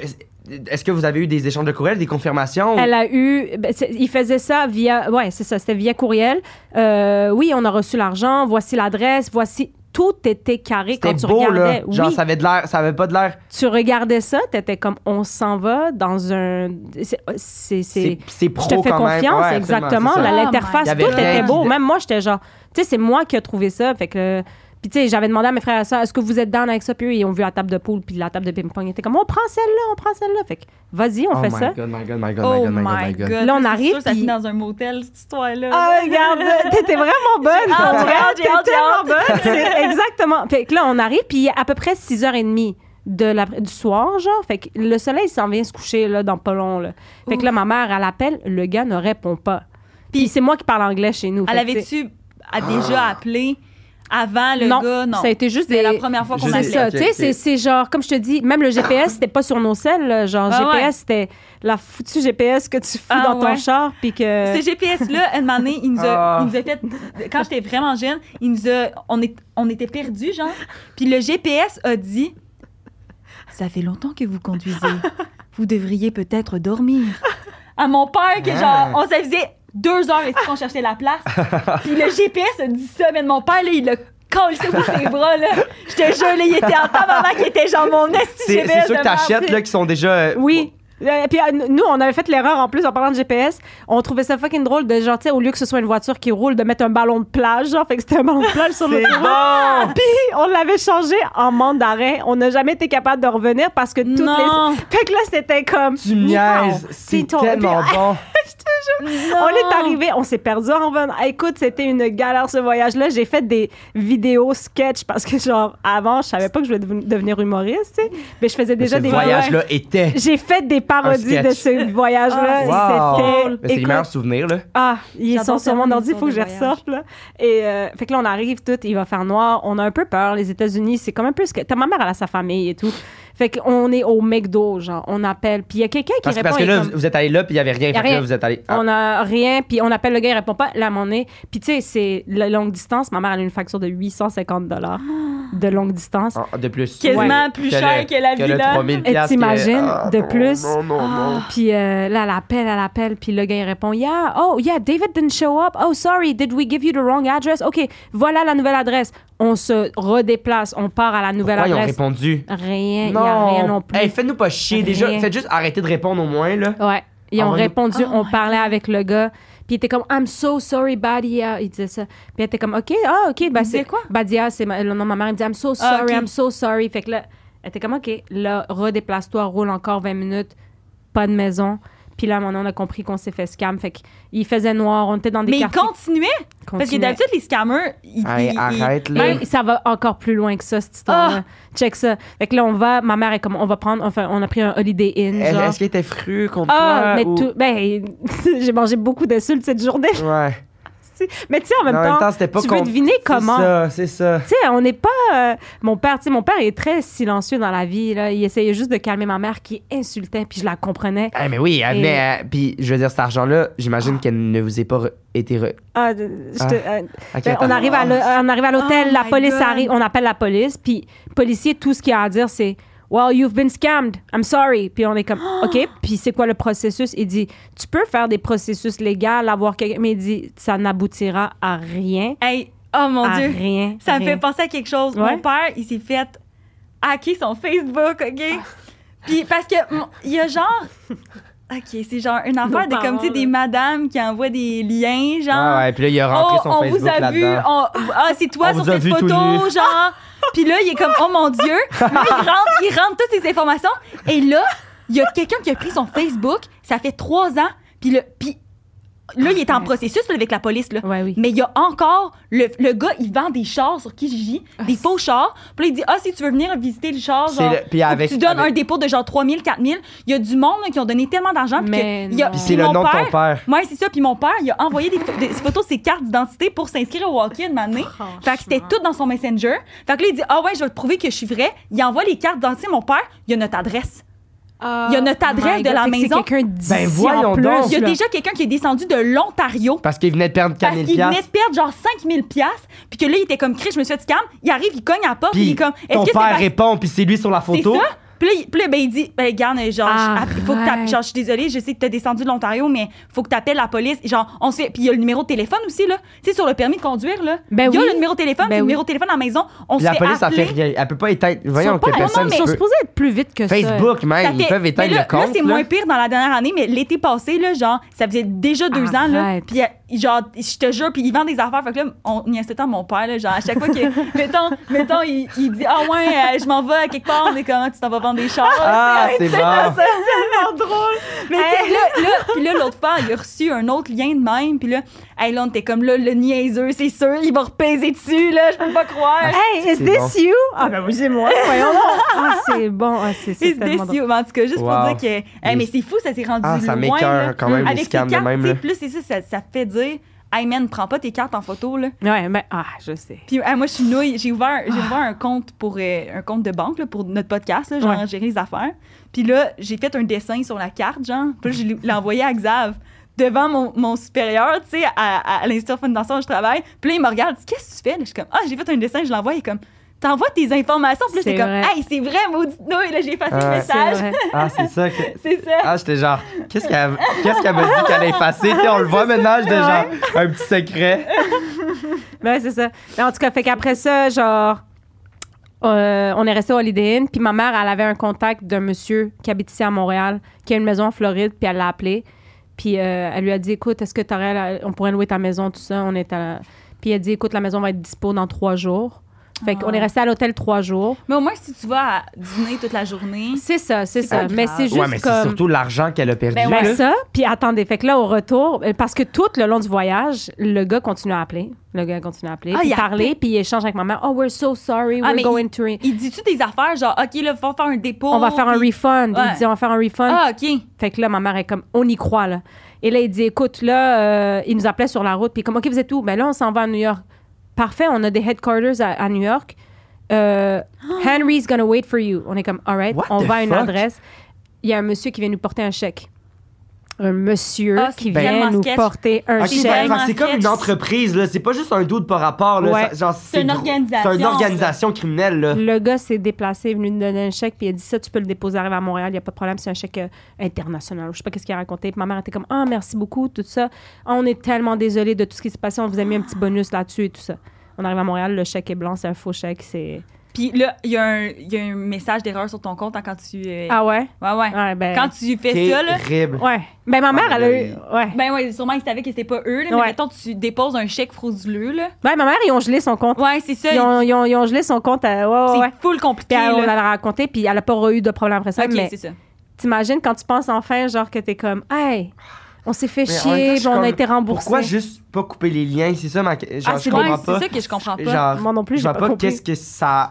Est-ce que vous avez eu des échanges de courriels, des confirmations? ou- Elle a eu. ben, c'est- il faisait ça via. Ouais, c'est ça. C'était via courriel. Euh, oui, on a reçu l'argent. Voici l'adresse. Voici. Tout était carré quand C'était tu beau, là. regardais. Genre, oui, ça avait de l'air, ça avait pas de l'air. tu regardais ça. T'étais comme on s'en va dans un. c'est- C'est. c'est- C'est c'est Je pro te fais quand même. confiance, Ouais, absolument, exactement. c'est ça. là, Oh my L'interface, God. tout Il y avait était rien beau. qui- Même moi, j'étais genre, tu sais, c'est moi qui ai trouvé ça. Fait que, puis tu sais, j'avais demandé à mes frères et sœurs, est-ce que vous êtes down avec ça? Puis eux, ils ont vu la table de poule, puis la table de ping-pong. Ils étaient comme, on prend celle-là, on prend celle-là. Fait que, vas-y, on Oh fait my ça. God, my God, my God, my Oh God, my God, my my god. God. Là, on C'est arrive, sûr, ça puis- finit dans un motel, cette histoire-là. Ah, regarde, t'étais vraiment bonne. hâte, pour j'ai vrai, hâte, j'ai t'es hâte, j'ai tellement hâte. bonne. C'est- Exactement. Fait que là, on arrive, puis il est à peu près 6h30 de la, du soir, genre. Fait que le soleil il s'en vient se coucher, là, dans pas long, là. Fait Ouf. que là, ma mère, elle appelle, le gars ne répond pas. Puis c'est moi qui parle anglais chez nous. Elle fait que c'est- avait-tu a Ah. déjà appelé avant le non, gars? Non. ça a été juste C'était des... la première fois qu'on Je C'est appelait. sais ça, Ok, tu sais, ok. c'est- c'est genre, comme je te dis, même le GPS, c'était pas sur nos selles, là. genre Ah ouais. GPS, c'était la foutue GPS que tu fous Ah dans ton ouais. char, puis que... Ce GPS-là, une année, il nous a, Euh, Ah. il nous a fait. Quand j'étais vraiment jeune, il nous a, on, est, on était perdus, genre. Puis le GPS a dit Ça fait longtemps que vous conduisez. Vous devriez peut-être dormir. À mon père, que genre, Ah. on ça faisait deux heures et demie qu'on cherchait la place. Puis le GPS a dit ça, mais mon père, là, il a collé sur ses bras, là. Je te jure, là, il était en temps, maman, qui était genre mon esti C'est c'est GPS. ceux que de merde, t'achètes, là, qui sont déjà. euh, Oui, Euh, Puis euh, nous, on avait fait l'erreur en plus en parlant de GPS. On trouvait ça fucking drôle de genre, tu sais, au lieu que ce soit une voiture qui roule, de mettre un ballon de plage. Genre, fait que c'était un ballon de plage sur le bon! Puis on l'avait changé en mandarin. On n'a jamais été capable de revenir parce que toutes Non. les. Fait que là, c'était comme. Tu Ni hao, niaises! ni C'est ton- tellement Puis, bon! Ah, On est arrivé, on s'est perdu en revenant. Ah, Écoute, c'était une galère ce voyage-là. J'ai fait des vidéos sketch parce que, genre, avant, je savais pas que je voulais deven- devenir humoriste, tu sais. Mais je faisais déjà ce des voyage-là était. J'ai fait des parodies Un de sketch. ce voyage-là. Wow! C'était. Mais C'est les Écoute, meilleurs souvenirs, là. Ah, ils Ah, J'adore sont sur mon tellement ordi, les il faut que je histoires de voyage. ressorte. Là. Et euh, fait que là, on arrive tout, il va faire noir. On a un peu peur. Les États-Unis, c'est comme un peu ce que. Ta ma mère, elle a sa famille et tout. Fait qu'on est au McDo, genre, on appelle. Puis il y a quelqu'un qui Parce que, répond. parce que il est là, comme- vous êtes allé là, puis il n'y avait rien. Y a Fait que là, rien. vous êtes allé. Ah. on a rien, puis on appelle le gars, il répond pas. Là, à un moment donné, puis tu sais, c'est la longue distance. Ma mère, elle a une facture de 850 dollars de longue distance. Ah, de plus. Quasiment Ouais. plus cher le- que la le villa. 3000 Et piastres que- Ah, t'imagines, de plus? Ah, Non, non, non. non. Puis euh, là, elle appelle, elle appelle, puis le gars, il répond Yeah, oh, yeah, David didn't show up. Oh, sorry, did we give you the wrong address? OK, voilà la nouvelle adresse. On se redéplace, on part à la nouvelle Pourquoi ils ont adresse. répondu? Rien, Eh, il n'y a rien non plus. Hey, faites-nous pas chier déjà. Rien. Faites juste arrêter de répondre au moins, là. Ouais. Ils ont Envoie-nous- répondu, Oh on my parlait avec le gars. Puis il était comme, I'm so sorry, Badia. Il disait ça. Puis elle était comme, OK, ah, OK. Bah, disait c'est quoi? Badia, c'est ma- le nom de ma mère. Il me dit, I'm so Ah, sorry, ok. I'm so sorry. Fait que là, elle était comme, OK, là, redéplace-toi, roule encore 20 minutes, pas de maison. Puis là, maintenant, on a compris qu'on s'est fait scam. Fait qu'il faisait noir, on était dans des Mais ils quartiers. continuaient. Parce que Continuait. d'habitude, les scammers, ils. Hey, ils- ils- arrête, là. Mais ça va encore plus loin que ça, cette histoire-là. Ah! Check ça. Fait que là, on va, ma mère est comme, on va prendre, enfin, on a pris un Holiday Inn. Est- genre. Est-ce qu'il était fru contre toi? Ah, mais ou- tout. Ben, j'ai mangé beaucoup d'insultes cette journée. Ouais. Tu sais. Mais tu sais, en même Non, en temps, même temps, c'était pas tu veux con- deviner comment. C'est ça, c'est ça. Tu sais, on n'est pas. euh, mon père, tu sais, mon père est très silencieux dans la vie. Là. Il essayait juste de calmer ma mère qui insultait, puis je la comprenais. Ah, mais oui, elle Et- venait. à- Puis, je veux dire, cet argent-là, j'imagine qu'elle ne vous est pas re- été. re- Ah, de- je te- euh, à quel ben, on, temps? arrive à le- on arrive à l'hôtel, Oh la my police God. arrive, on appelle la police, puis policier, tout ce qu'il a à dire, c'est. Well, you've been scammed. I'm sorry. Puis on est comme, OK. Puis c'est quoi le processus? Il dit, tu peux faire des processus légaux, avoir quelqu'un. Mais il dit, ça n'aboutira à rien. Hey, oh mon à Dieu. rien. Ça me rien. fait penser à quelque chose. Ouais. Mon père, il s'est fait hacker son Facebook, Ah. OK? Puis parce que mon- il y a genre OK, c'est genre une affaire de comme parents, tu sais des là. madames qui envoient des liens genre Ah, ouais, puis là, il a rentré Oh, son on Facebook vous a vu, là-dedans. on- ah, c'est toi On sur vous a cette vu tout photo, nu. genre. Puis là, il est comme, oh mon Dieu. Là, il rentre, il rentre toutes ces informations. Et là, il y a quelqu'un qui a pris son Facebook, ça fait trois ans. Puis le, puis là, il est en processus là, avec la police, là. Ouais, oui. Mais il y a encore le, le gars, il vend des chars sur Kijiji, Ah, des faux chars. Puis là, il dit Ah, si tu veux venir visiter le char, C'est genre, le- puis faut que avec- tu donnes avec- un dépôt de genre 3000, 4000. Il y a du monde là, qui ont donné tellement d'argent. puis Mais que il y a- non. Puis Puis c'est le mon nom de ton père. Ouais, c'est ça. Puis mon père, il a envoyé des, pho- des photos de ses cartes d'identité pour s'inscrire au hockey de m'année. Fait que c'était tout dans son Messenger. Fait que là, il dit Ah ouais, je vais te prouver que je suis vrai. Il envoie les cartes d'identité. Mon père, il a notre adresse. Il y a notre Oh adresse my de God, la fait que maison. C'est quelqu'un d'ici Ben voyons en plus. donc. Il y a là. déjà quelqu'un qui est descendu de l'Ontario. Parce qu'il venait de perdre Parce 4000 qu'il venait de piastres. perdre genre 5000 piastres, puis que là, il était comme Chris, je me suis fait scam. Il arrive, il cogne à la porte, puis il est Puis comme Est-ce ton que c'est père parce- répond, puis c'est lui sur la c'est photo. ça? Puis là, il- puis là, ben, il dit ben, Regarde, genre, je- il faut que t'appelles- Arrête. genre, je suis désolée, je sais que t'as descendu de l'Ontario, mais faut que t'appelles la police. Genre, on se fait. Puis il y a le numéro de téléphone aussi, là. Tu sais, sur le permis de conduire, là. Ben il y a oui. le numéro de téléphone, Ben c'est le oui. numéro de téléphone à la maison. On Puis se la fait police, ça fait appeler. rien. Elle peut pas éteindre. Voyons, Ils sont que pas- personne non, mais ils sont peut. supposés être plus vite que Facebook, Ça même, ils fait- peuvent mais éteindre là, le compte. Là, c'est là. moins pire dans la dernière année, mais l'été passé, là, genre, ça faisait déjà deux ans, là. Arrête. Puis, euh, genre, je te jure, puis il vend des affaires. Fait que là, on y insistait à mon père, là, genre, à chaque fois qu'il. mettons, mettons, il, il dit, ah ouais, euh, je m'en vais à quelque part, mais comment tu t'en vas vendre des chars? Ah, c'est bon. tellement drôle. Mais tu sais, là, là, puis là, l'autre fois, il a reçu un autre lien de même, puis là, hey, là, on était comme là, le niaiseux, c'est sûr, il va repaiser dessus, là, je peux pas croire. ça. Hey, is C'est this bon. you? Ah, ben oui, c'est moi. Voyons donc. Ah, c'est bon. Ah, c'est c'est It's tellement this drôle. you. Mais En tout cas, juste Wow. pour dire que. hey, mais c'est fou, ça s'est rendu Ah, ça loin. m'écoeure là. quand même, les Avec ses scams de cartes, même, tu sais, là. Plus, c'est ça, ça, ça fait dire. Hey man, prends pas tes cartes en photo, là. Ouais, ben, ah, je sais. Puis hey, moi, je suis nouille. J'ai ouvert, j'ai Ah. ouvert un compte pour euh, un compte de banque, là, pour notre podcast, là, genre Ouais. gérer les affaires. Puis là, j'ai fait un dessin sur la carte, genre. Puis là, je l'ai- l'ai envoyé à Xav devant mon, mon supérieur, tu sais, à, à, à l'Institut Fondation où je travaille. Puis là, il me regarde, il dit, qu'est-ce que tu fais? Là, je suis comme, ah, j'ai fait un dessin, je l'envoie. Il est comme, t'envoies tes informations. Puis là, C'est c'est comme, vrai. hey, c'est vrai, maudite nouille, là, j'ai effacé Ah le ouais. C'est message. vrai. Ah, c'est ça que. C'est ça. Ah, j'étais genre, qu'est-ce qu'elle qu'est-ce qu'elle m'a dit qu'elle a effacé? Puis on le voit maintenant, j'étais genre, un petit secret. Ben, ouais, c'est ça. Mais en tout cas, fait qu'après ça, genre, euh, on est resté au Holiday Inn, puis ma mère, elle avait un contact d'un monsieur qui habite ici à Montréal, qui a une maison en Floride, puis elle l'a appelé. Puis euh, elle lui a dit Écoute, est-ce que t'aurais la- on pourrait louer ta maison, tout ça on est à la- Puis elle a dit Écoute, la maison va être dispo dans trois jours. Fait Ah. qu'on est resté à l'hôtel trois jours. Mais au moins, si tu vas à dîner toute la journée, C'est ça, c'est C'est ça. pas Mais grave. c'est juste ouais, mais c'est comme. surtout l'argent qu'elle a perdu. Ben Ben ouais. là. ça, puis attendez, fait que là, au retour, euh, parce que tout le long du voyage, le gars continue à appeler. Le gars continue à appeler, Ah, puis il a parler, appelé? puis il échange avec ma mère. Oh, we're so sorry, Ah, mais we're going to... re- il dit-tu des affaires genre, OK, là, faut faire un dépôt. On va faire un puis- refund. Ouais. Il dit, on va faire un refund. Ah, OK. Fait que là, ma mère est comme, on y croit, là. Et là, il dit, écoute, là, euh, il nous appelait sur la route, puis comme, OK, vous êtes où? Ben là, on s'en va à New York. Parfait, on a des headquarters à, à New York. Euh, Henry's gonna wait for you. On est comme, all right, What on the va à une fuck? adresse. Il y a un monsieur qui vient nous porter un chèque. Un monsieur Ah, c'est qui tellement vient nous sketch. porter un Ah, Ok, J'ai fait- chèque. fait que vraiment c'est comme fait- une entreprise, là. C'est pas juste un doute par rapport, là. Ouais. Ça- genre, C'est une gros- organisation. Mm. C'est une organisation criminelle, là. Le gars s'est déplacé, est venu nous donner un chèque, puis il a dit ça, tu peux le déposer, arrive à Montréal, il n'y a pas de problème, c'est un chèque euh, international. Je sais pas qu'est-ce qu'il a raconté. Puis ma mère était comme, ah, merci beaucoup, tout ça. Ah, on est tellement désolé de tout ce qui s'est passé, on vous a mis un petit bonus là-dessus et tout ça. On arrive à Montréal, le chèque est blanc, c'est un faux chèque, c'est. Puis là, il y, a un- il y a un message d'erreur sur ton compte hein, quand tu. euh, Ah ouais? ouais, ouais. Ouais, ben. Quand tu fais ça, là. Terrible. Ouais. Ben ma mère, Ah, elle a eu. ben, Ouais. Ben ouais, sûrement ils savaient que c'était pas eux, là, mais Ouais. mettons, tu déposes un chèque frauduleux, là. Ouais, Ben, ma mère, ils ont gelé son compte. Ouais, c'est ça. Ils ont, ils ont- ils ont gelé son compte. à- ouais, c'est ouais, ouais. full compliqué, Puis elle, on là. l'avait raconté, puis elle a pas eu de problème après ça. Ok, mais c'est ça. t'imagines quand tu penses enfin, genre, que t'es comme, hey, on s'est fait Mais en même temps, chier, je suis puis on comme, a été remboursé. Pourquoi juste pas couper les liens? C'est ça, ma... genre, Ah, je c'est comprends Ouais, pas. c'est ça que je comprends pas. Genre, Moi non plus, je j'ai vois pas pas compris. qu'est-ce que ça.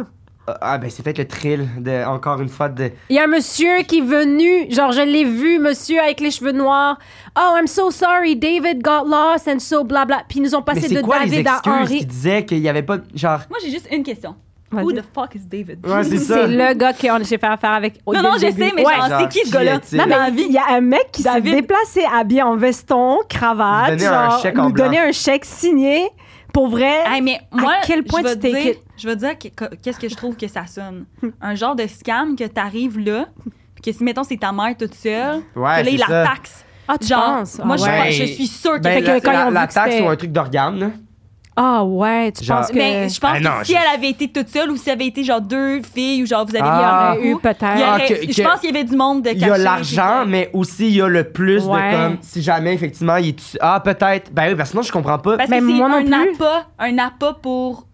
Ah, ben c'est peut-être le thrill, de, encore une fois, de. Il y a un monsieur qui est venu, genre je l'ai vu, monsieur avec les cheveux noirs. Oh, I'm so sorry, David got lost and so bla bla. Puis ils nous ont mais passé c'est de quoi les David à excuses qui Henry. disaient qu'il y avait pas. Genre. Moi, j'ai juste une question. Vas-y. Who the fuck is David? Ouais, c'est ça. C'est le gars qu'on s'est fait affaire avec. au non, début. non, je sais, mais Ouais. genre, c'est Genre, qui ce qui gars-là? est-il? Non, Dans la mais vie, il y a un mec qui s'est David. déplacé habillé en veston, cravate, Nous donner un genre, chèque en nous blanc. donner un chèque signé pour vrai. Hey, mais moi, quel point je vais tu t'es- dire- Je veux dire que- que- qu'est-ce que je trouve que ça sonne. Un genre de scam que t'arrives là, puis que si, mettons, c'est ta mère toute seule, Ouais, que là, c'est il la ça. taxe. Ah, tu Genre, penses? moi, Ah je, ouais. pense- ouais. je suis sûre que... Ben, que la, quand ils la- ont vu la que taxe c'était- ou un truc d'organe, là. Ah ouais, tu Genre- penses que... Ben, je pense Ah, non, que si je- elle avait été toute seule ou si elle avait été genre deux filles ou genre vous avez mis Ah. un Il y aurait eu coup, il y peut-être... Ah, aurait- que- je que- pense qu'il y avait du monde de Il y a caché, l'argent, puis- mais aussi il y a le plus Ouais. de comme. Si jamais, effectivement, il tue. Ah, peut-être. Ben oui, parce que sinon, je comprends pas. Parce Mais que c'est moi non un plus. appât, un appât pour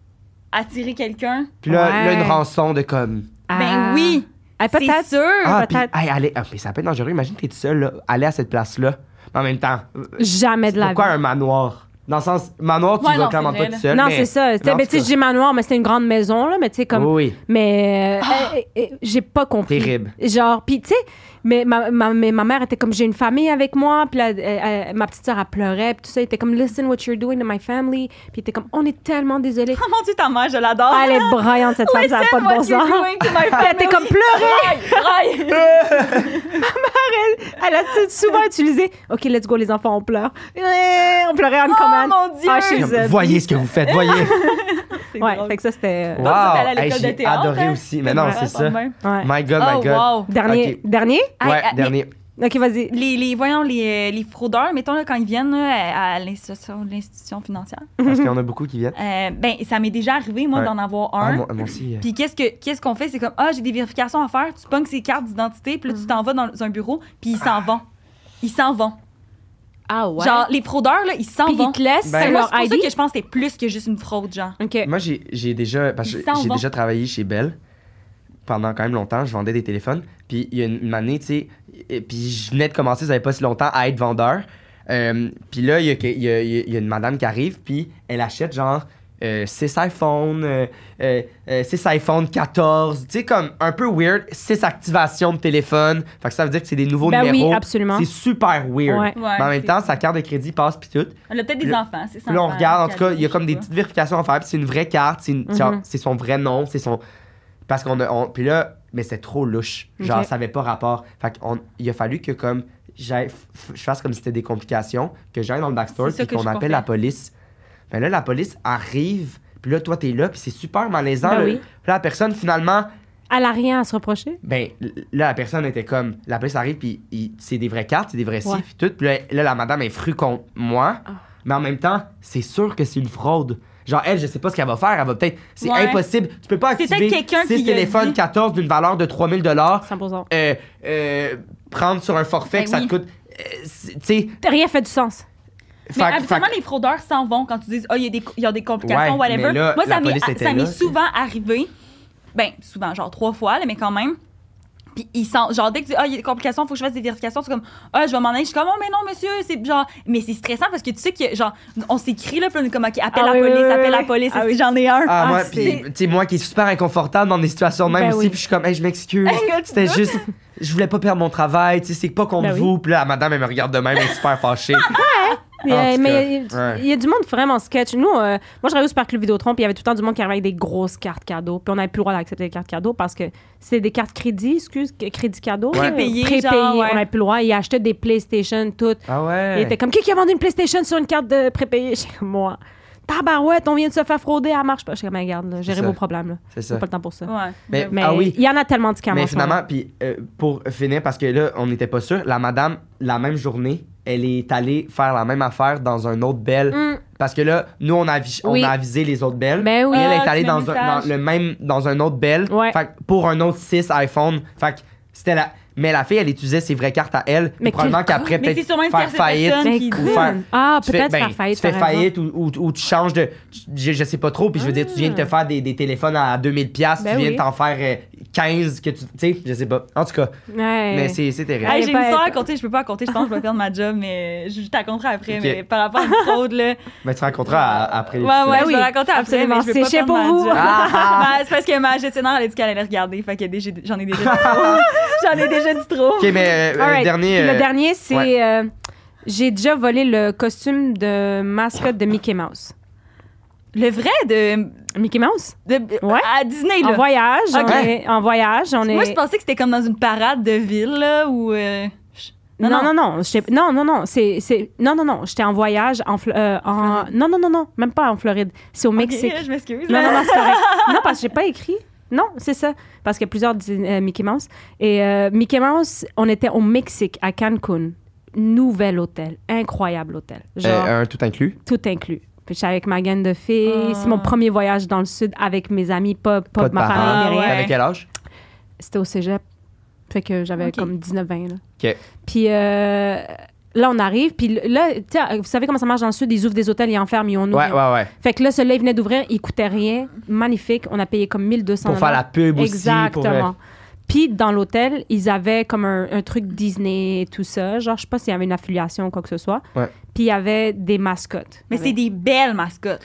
attirer quelqu'un. Puis là, là, Ouais. une rançon de comme. Ah. Ben oui, Ah, c'est peut-être. sûr. Ah, puis, peut-être. hey, allez, ah, puis ça peut être dangereux. Imagine, t'es tout seul, là, aller à cette place-là. Mais en même temps, Jamais de la vie. pourquoi un manoir? Dans le sens, manoir, tu Ouais, vas non, clairement c'est pas vrai, tout là. seul. Non, mais- c'est ça. Tu sais, en ben, tout tu sais, cas, j'ai manoir, mais c'était une grande maison, là, mais tu sais, comme. Oui, Mais. euh, euh, euh, j'ai pas compris. Terrible. Genre, puis tu sais, mais ma, ma, mais ma mère était comme, j'ai une famille avec moi, puis là, euh, euh, ma petite soeur, elle pleurait, puis tout ça. Elle était comme, listen what you're doing to my family. Puis elle était comme, on est tellement désolés. Oh mon dieu, ta mère, je l'adore. Ah, elle est braillante, cette femme, ça n'a pas de bon sens. Puis elle était comme, pleurer. Elle a tout- souvent utilisé, OK, let's go, les enfants, on pleure. Eh, on pleurait en Oh, commande. mon Dieu. Ah, je suis Comme, Z. voyez ce que vous faites, voyez. Ouais, fait que ça, c'était. Wow, ça, t'allais à hey, l'école de j'ai théâtre, adoré hein? aussi. Mais non, c'est ça. Ouais. My God, Oh, my God. wow. Dernier. Ok. Dernier? Hey, Ouais, ah, dernier. OK, vas-y. Les, les, voyons, les, euh, les fraudeurs, mettons, là, quand ils viennent là, à, à l'institution, l'institution financière, Parce qu'il y en a beaucoup qui viennent. euh, ben, ça m'est déjà arrivé, moi, Ouais. d'en avoir Ah, un. moi, moi aussi. euh, Puis qu'est-ce que qu'est-ce qu'on fait, c'est comme ah j'ai des vérifications à faire, tu pognes ses cartes d'identité, puis là Mm. tu t'en vas dans un bureau, puis ils s'en vont. Ils s'en vont. Ah ouais. Genre les fraudeurs là, ils s'en puis ils vont. te laissent Ben, Fait que moi, leur c'est pour ID. ça que je pense que c'est plus que juste une fraude, genre. OK. Moi, j'ai j'ai déjà, parce que Ils s'en j'ai vont. déjà travaillé chez Bell pendant quand même longtemps. Je vendais des téléphones. Puis il y a une, une année, tu sais, et- puis je venais de commencer, ça n'avait pas si longtemps, à être vendeur. Euh, puis là, il y, a, que- il y a- il y a une madame qui arrive, puis elle achète genre euh, 6 iPhone, euh, euh, euh, 6 iPhone 14, tu sais, comme un peu weird, 6 activations de téléphone. Fait que ça veut dire que c'est des nouveaux Ben oui, numéros. absolument. C'est super weird. Ouais. Ouais, Mais en même c'est- temps, sa carte de crédit passe, puis tout. On a peut-être des Là- enfants, c'est ça. Puis là, on regarde, en tout cas, il y a comme des petites... petites vérifications à faire. Puis c'est une vraie carte, c'est une- c'est un- Mhm. c'est son vrai nom, c'est son. Parce qu'on a. on- puis là, mais c'est trop louche. Genre, Ok. ça avait pas rapport. Fait qu'on- il a fallu que, comme, j'aille- f- je fasse comme si c'était des complications, que j'aille dans le backstore, C'est ça puis que qu'on je appelle comprends. la police. Mais là, la police arrive, puis là, toi, t'es là, puis c'est super malaisant. Ben là. oui. Puis là, la personne, finalement, Elle a rien à se reprocher. ben l- là, la personne était comme. La police arrive, puis il- c'est des vraies cartes, c'est des vrais Ouais. ci, puis tout. Puis là, là, la madame est frue contre moi. Ah. Mais en même temps, c'est sûr que c'est une fraude. Genre, elle, je sais pas ce qu'elle va faire. Elle va peut-être. C'est Ouais. impossible. Tu peux pas C'est activer peut-être quelqu'un 6 qui lui a téléphones dit. 14 d'une valeur de 3000 dollars 100%. euh, euh, prendre sur un forfait Ben que ça oui. te coûte. euh, c'est- tu sais, T'as Rien fait du sens. Mais fait que- habituellement, fait les fraudeurs s'en vont quand tu dis Ah, il y a des, il y a des complications, Ouais, whatever. mais là, Moi, la ça m'est police était ça m'est là. souvent arrivé. Ben, souvent, genre trois fois, là, mais quand même. Puis ils sont, genre, dès que tu dis Ah, il y a des complications, faut que je fasse des vérifications, c'est comme Ah, je vais m'en aller. Je suis comme Oh, mais non, monsieur, c'est genre. Mais c'est stressant parce que tu sais que, genre, on s'écrit, là, puis on est comme Ok, appelle la Ah oui, police, oui, oui, appelle la oui. police, Ah et oui. si j'en ai un. Ah, Ah, moi, c'est- pis, tu sais, moi qui est super inconfortable dans des situations de même Ben aussi, oui. puis je suis comme, hey, je m'excuse. Est-ce que tu C'était doutes? juste, je voulais pas perdre mon travail, tu sais, c'est pas contre Ben oui. vous. Puis là, la madame, elle me regarde de même, elle est super fâchée. Mais, En euh, tout mais il y, cas, a- ouais. il y a du monde vraiment sketch. Nous, euh, moi, je travaillais au Super Club Vidéotron, puis il y avait tout le temps du monde qui arrivait avec des grosses cartes cadeaux. Puis on n'avait plus le droit d'accepter les cartes cadeaux parce que c'était des cartes crédit, excuse, que- crédit cadeau. Ouais. Prépayé, Prépayé, genre, ouais. on n'avait plus le droit. Ils achetaient des PlayStation, toutes. Ah Il ouais. était comme, qui qui a vendu une PlayStation sur une carte de prépayée? J'étais comme, moi. Tabarouette, on vient de se faire frauder, elle marche pas. J'étais comme, ben, regarde, là, gérez ça. vos problèmes. là. C'est ça. J'ai pas le temps pour ça. Ouais. Mais- Mais Ah oui. il y en a tellement de scams Mais en ce moment. finalement, puis euh, pour finir, parce que là, on n'était pas sûr, la madame, la même journée, elle est allée faire la même affaire dans un autre belle. Mm. Parce que là, nous, on a, avi- Oui. on a avisé les autres belles. Ben oui. Et elle Ah, est tu allée mets le dans, un, message. dans le même, dans un autre belle. Ouais. Fait que pour un autre 6 iPhone. Fait que c'était la. Mais la fille, elle utilisait ses vraies cartes à elle. Mais probablement quel qu'après, Mais c'est peut-être sûrement une faire tierce faillite. personne Ben, qui cool. dit. faire- Ah, Tu fais- peut-être ben, faire faillite. Tu fais par exemple. faillite ou, ou- ou tu changes de. tu- Je, je sais pas trop. Puis je veux dire, tu viens de te faire des, des téléphones à 2000$, pièces tu Ah. Ben viens oui. de t'en faire euh, 15 que tu. Tu sais, je sais pas. En tout cas, Ouais. mais c'est c'est terrible. Hey, Elle j'ai est une pas- histoire à raconter, je peux pas raconter, je pense que je vais perdre ma job, mais je te raconterai après. Ok. Mais par rapport à une fraude, là, Mais tu rencontreras à- après Ouais, le ouais, je oui, vais la raconter après, absolument. mais je vais C'est pas chez prendre pour ma vous. job. Ah, ah. Ben, c'est parce que ma gestionnaire, elle a dit qu'elle allait regarder, fait que des- j'ai- j'en ai déjà dit trop. j'en ai déjà dit trop. Ok, mais euh, All right. euh, dernier. Puis euh, Le dernier, c'est. ouais. euh, j'ai déjà volé le costume de mascotte de Mickey Mouse. Le vrai de, Mickey Mouse? de- Ouais. à Disney, En là. voyage, on Ok. est- en voyage, on est. Moi, je pensais que c'était comme dans une parade de ville, là, où... euh, je- Non, non, non, j'étais- non, non, non, c'est, c'est, non, non, non, j'étais en voyage en, Fl- euh, en, non, non, non, non, même pas en Floride, c'est au Ok, Mexique. je m'excuse. Non, là. non, non, c'est correct. non, parce que j'ai pas écrit. Non, c'est ça. Parce qu'il y a plusieurs dis- euh, Mickey Mouse. Et euh, Mickey Mouse, on était au Mexique, à Cancun. Nouvel hôtel. Incroyable hôtel. Genre, euh, un tout inclus. tout inclus. Puis j'étais avec ma gang de filles. Ah. C'est mon premier voyage dans le sud avec mes amis, pas, pas, Pas de ma famille, parents. ni Ah, rien. ouais. T'avais quel âge? C'était au cégep. Fait que j'avais Ok. comme 19-20. Là. OK. Puis euh, là, on arrive. Puis là, tu sais, vous savez comment ça marche dans le sud? Ils ouvrent des hôtels, ils enferment, ils en ouvrent. Ouais, ouais, ouais. Fait que là, celui-là, il venait d'ouvrir, il coûtait rien. Magnifique. On a payé comme 1200 Pour faire la pub aussi. Exactement. Pour, euh, Puis dans l'hôtel, ils avaient comme un, un truc Disney et tout ça. Genre, je sais pas s'il y avait une affiliation ou quoi que ce soit. Ouais. Puis il y avait des mascottes. Mais c'est des belles mascottes.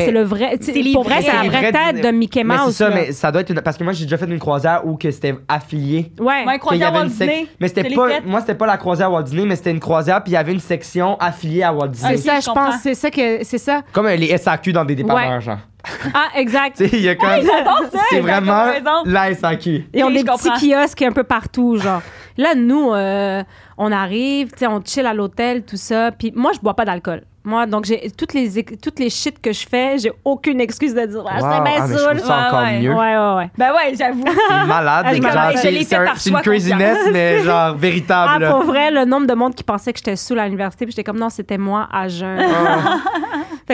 Oui, mais- C'est le vrai. C'est c'est- les pour vrai, vrais- c'est la les vraie vrais tête de Disney. Mickey mais Mouse. c'est ça, là. mais ça doit être une... Parce que moi, j'ai déjà fait une croisière où que c'était affilié. Moi, Ouais. qu'il y croisière avait Walt une sec- Disney. Mais je c'était l'ai pas... faite. Moi, c'était pas la croisière Walt Disney, mais c'était une croisière, puis il y avait une section affiliée à Walt Ah, C'est Ok, Disney. ça, je je comprends. pense. C'est ça que. C'est ça. Comme euh, les SAQ dans des dépanneurs, genre. Ah, exact. Tu sais, il y a Ah, comme... j'adore ça, C'est la vraiment comparaison. la SAQ. Et on Ok, a des je comprends. petits kiosques un peu partout, genre. Là, nous, euh, on arrive, tu sais, on chill à l'hôtel, tout ça. Puis moi, je bois pas d'alcool. Moi, donc, j'ai toutes les, ex- toutes les shit que je fais, j'ai aucune excuse de dire, ah, Wow, c'est bien ah, mais je saoul. trouve ça Ouais, encore ouais. mieux. Ouais, ouais, ouais. Ben ouais, j'avoue. C'est malade. Ah, je genre, m'en- je c'est- l'ai fait c'est un- par c'est une choix conscient. craziness, mais genre Ah, véritable. pour vrai, le nombre de monde qui pensait que j'étais saoul à l'université, puis j'étais comme, non, c'était moi à jeun. Ah.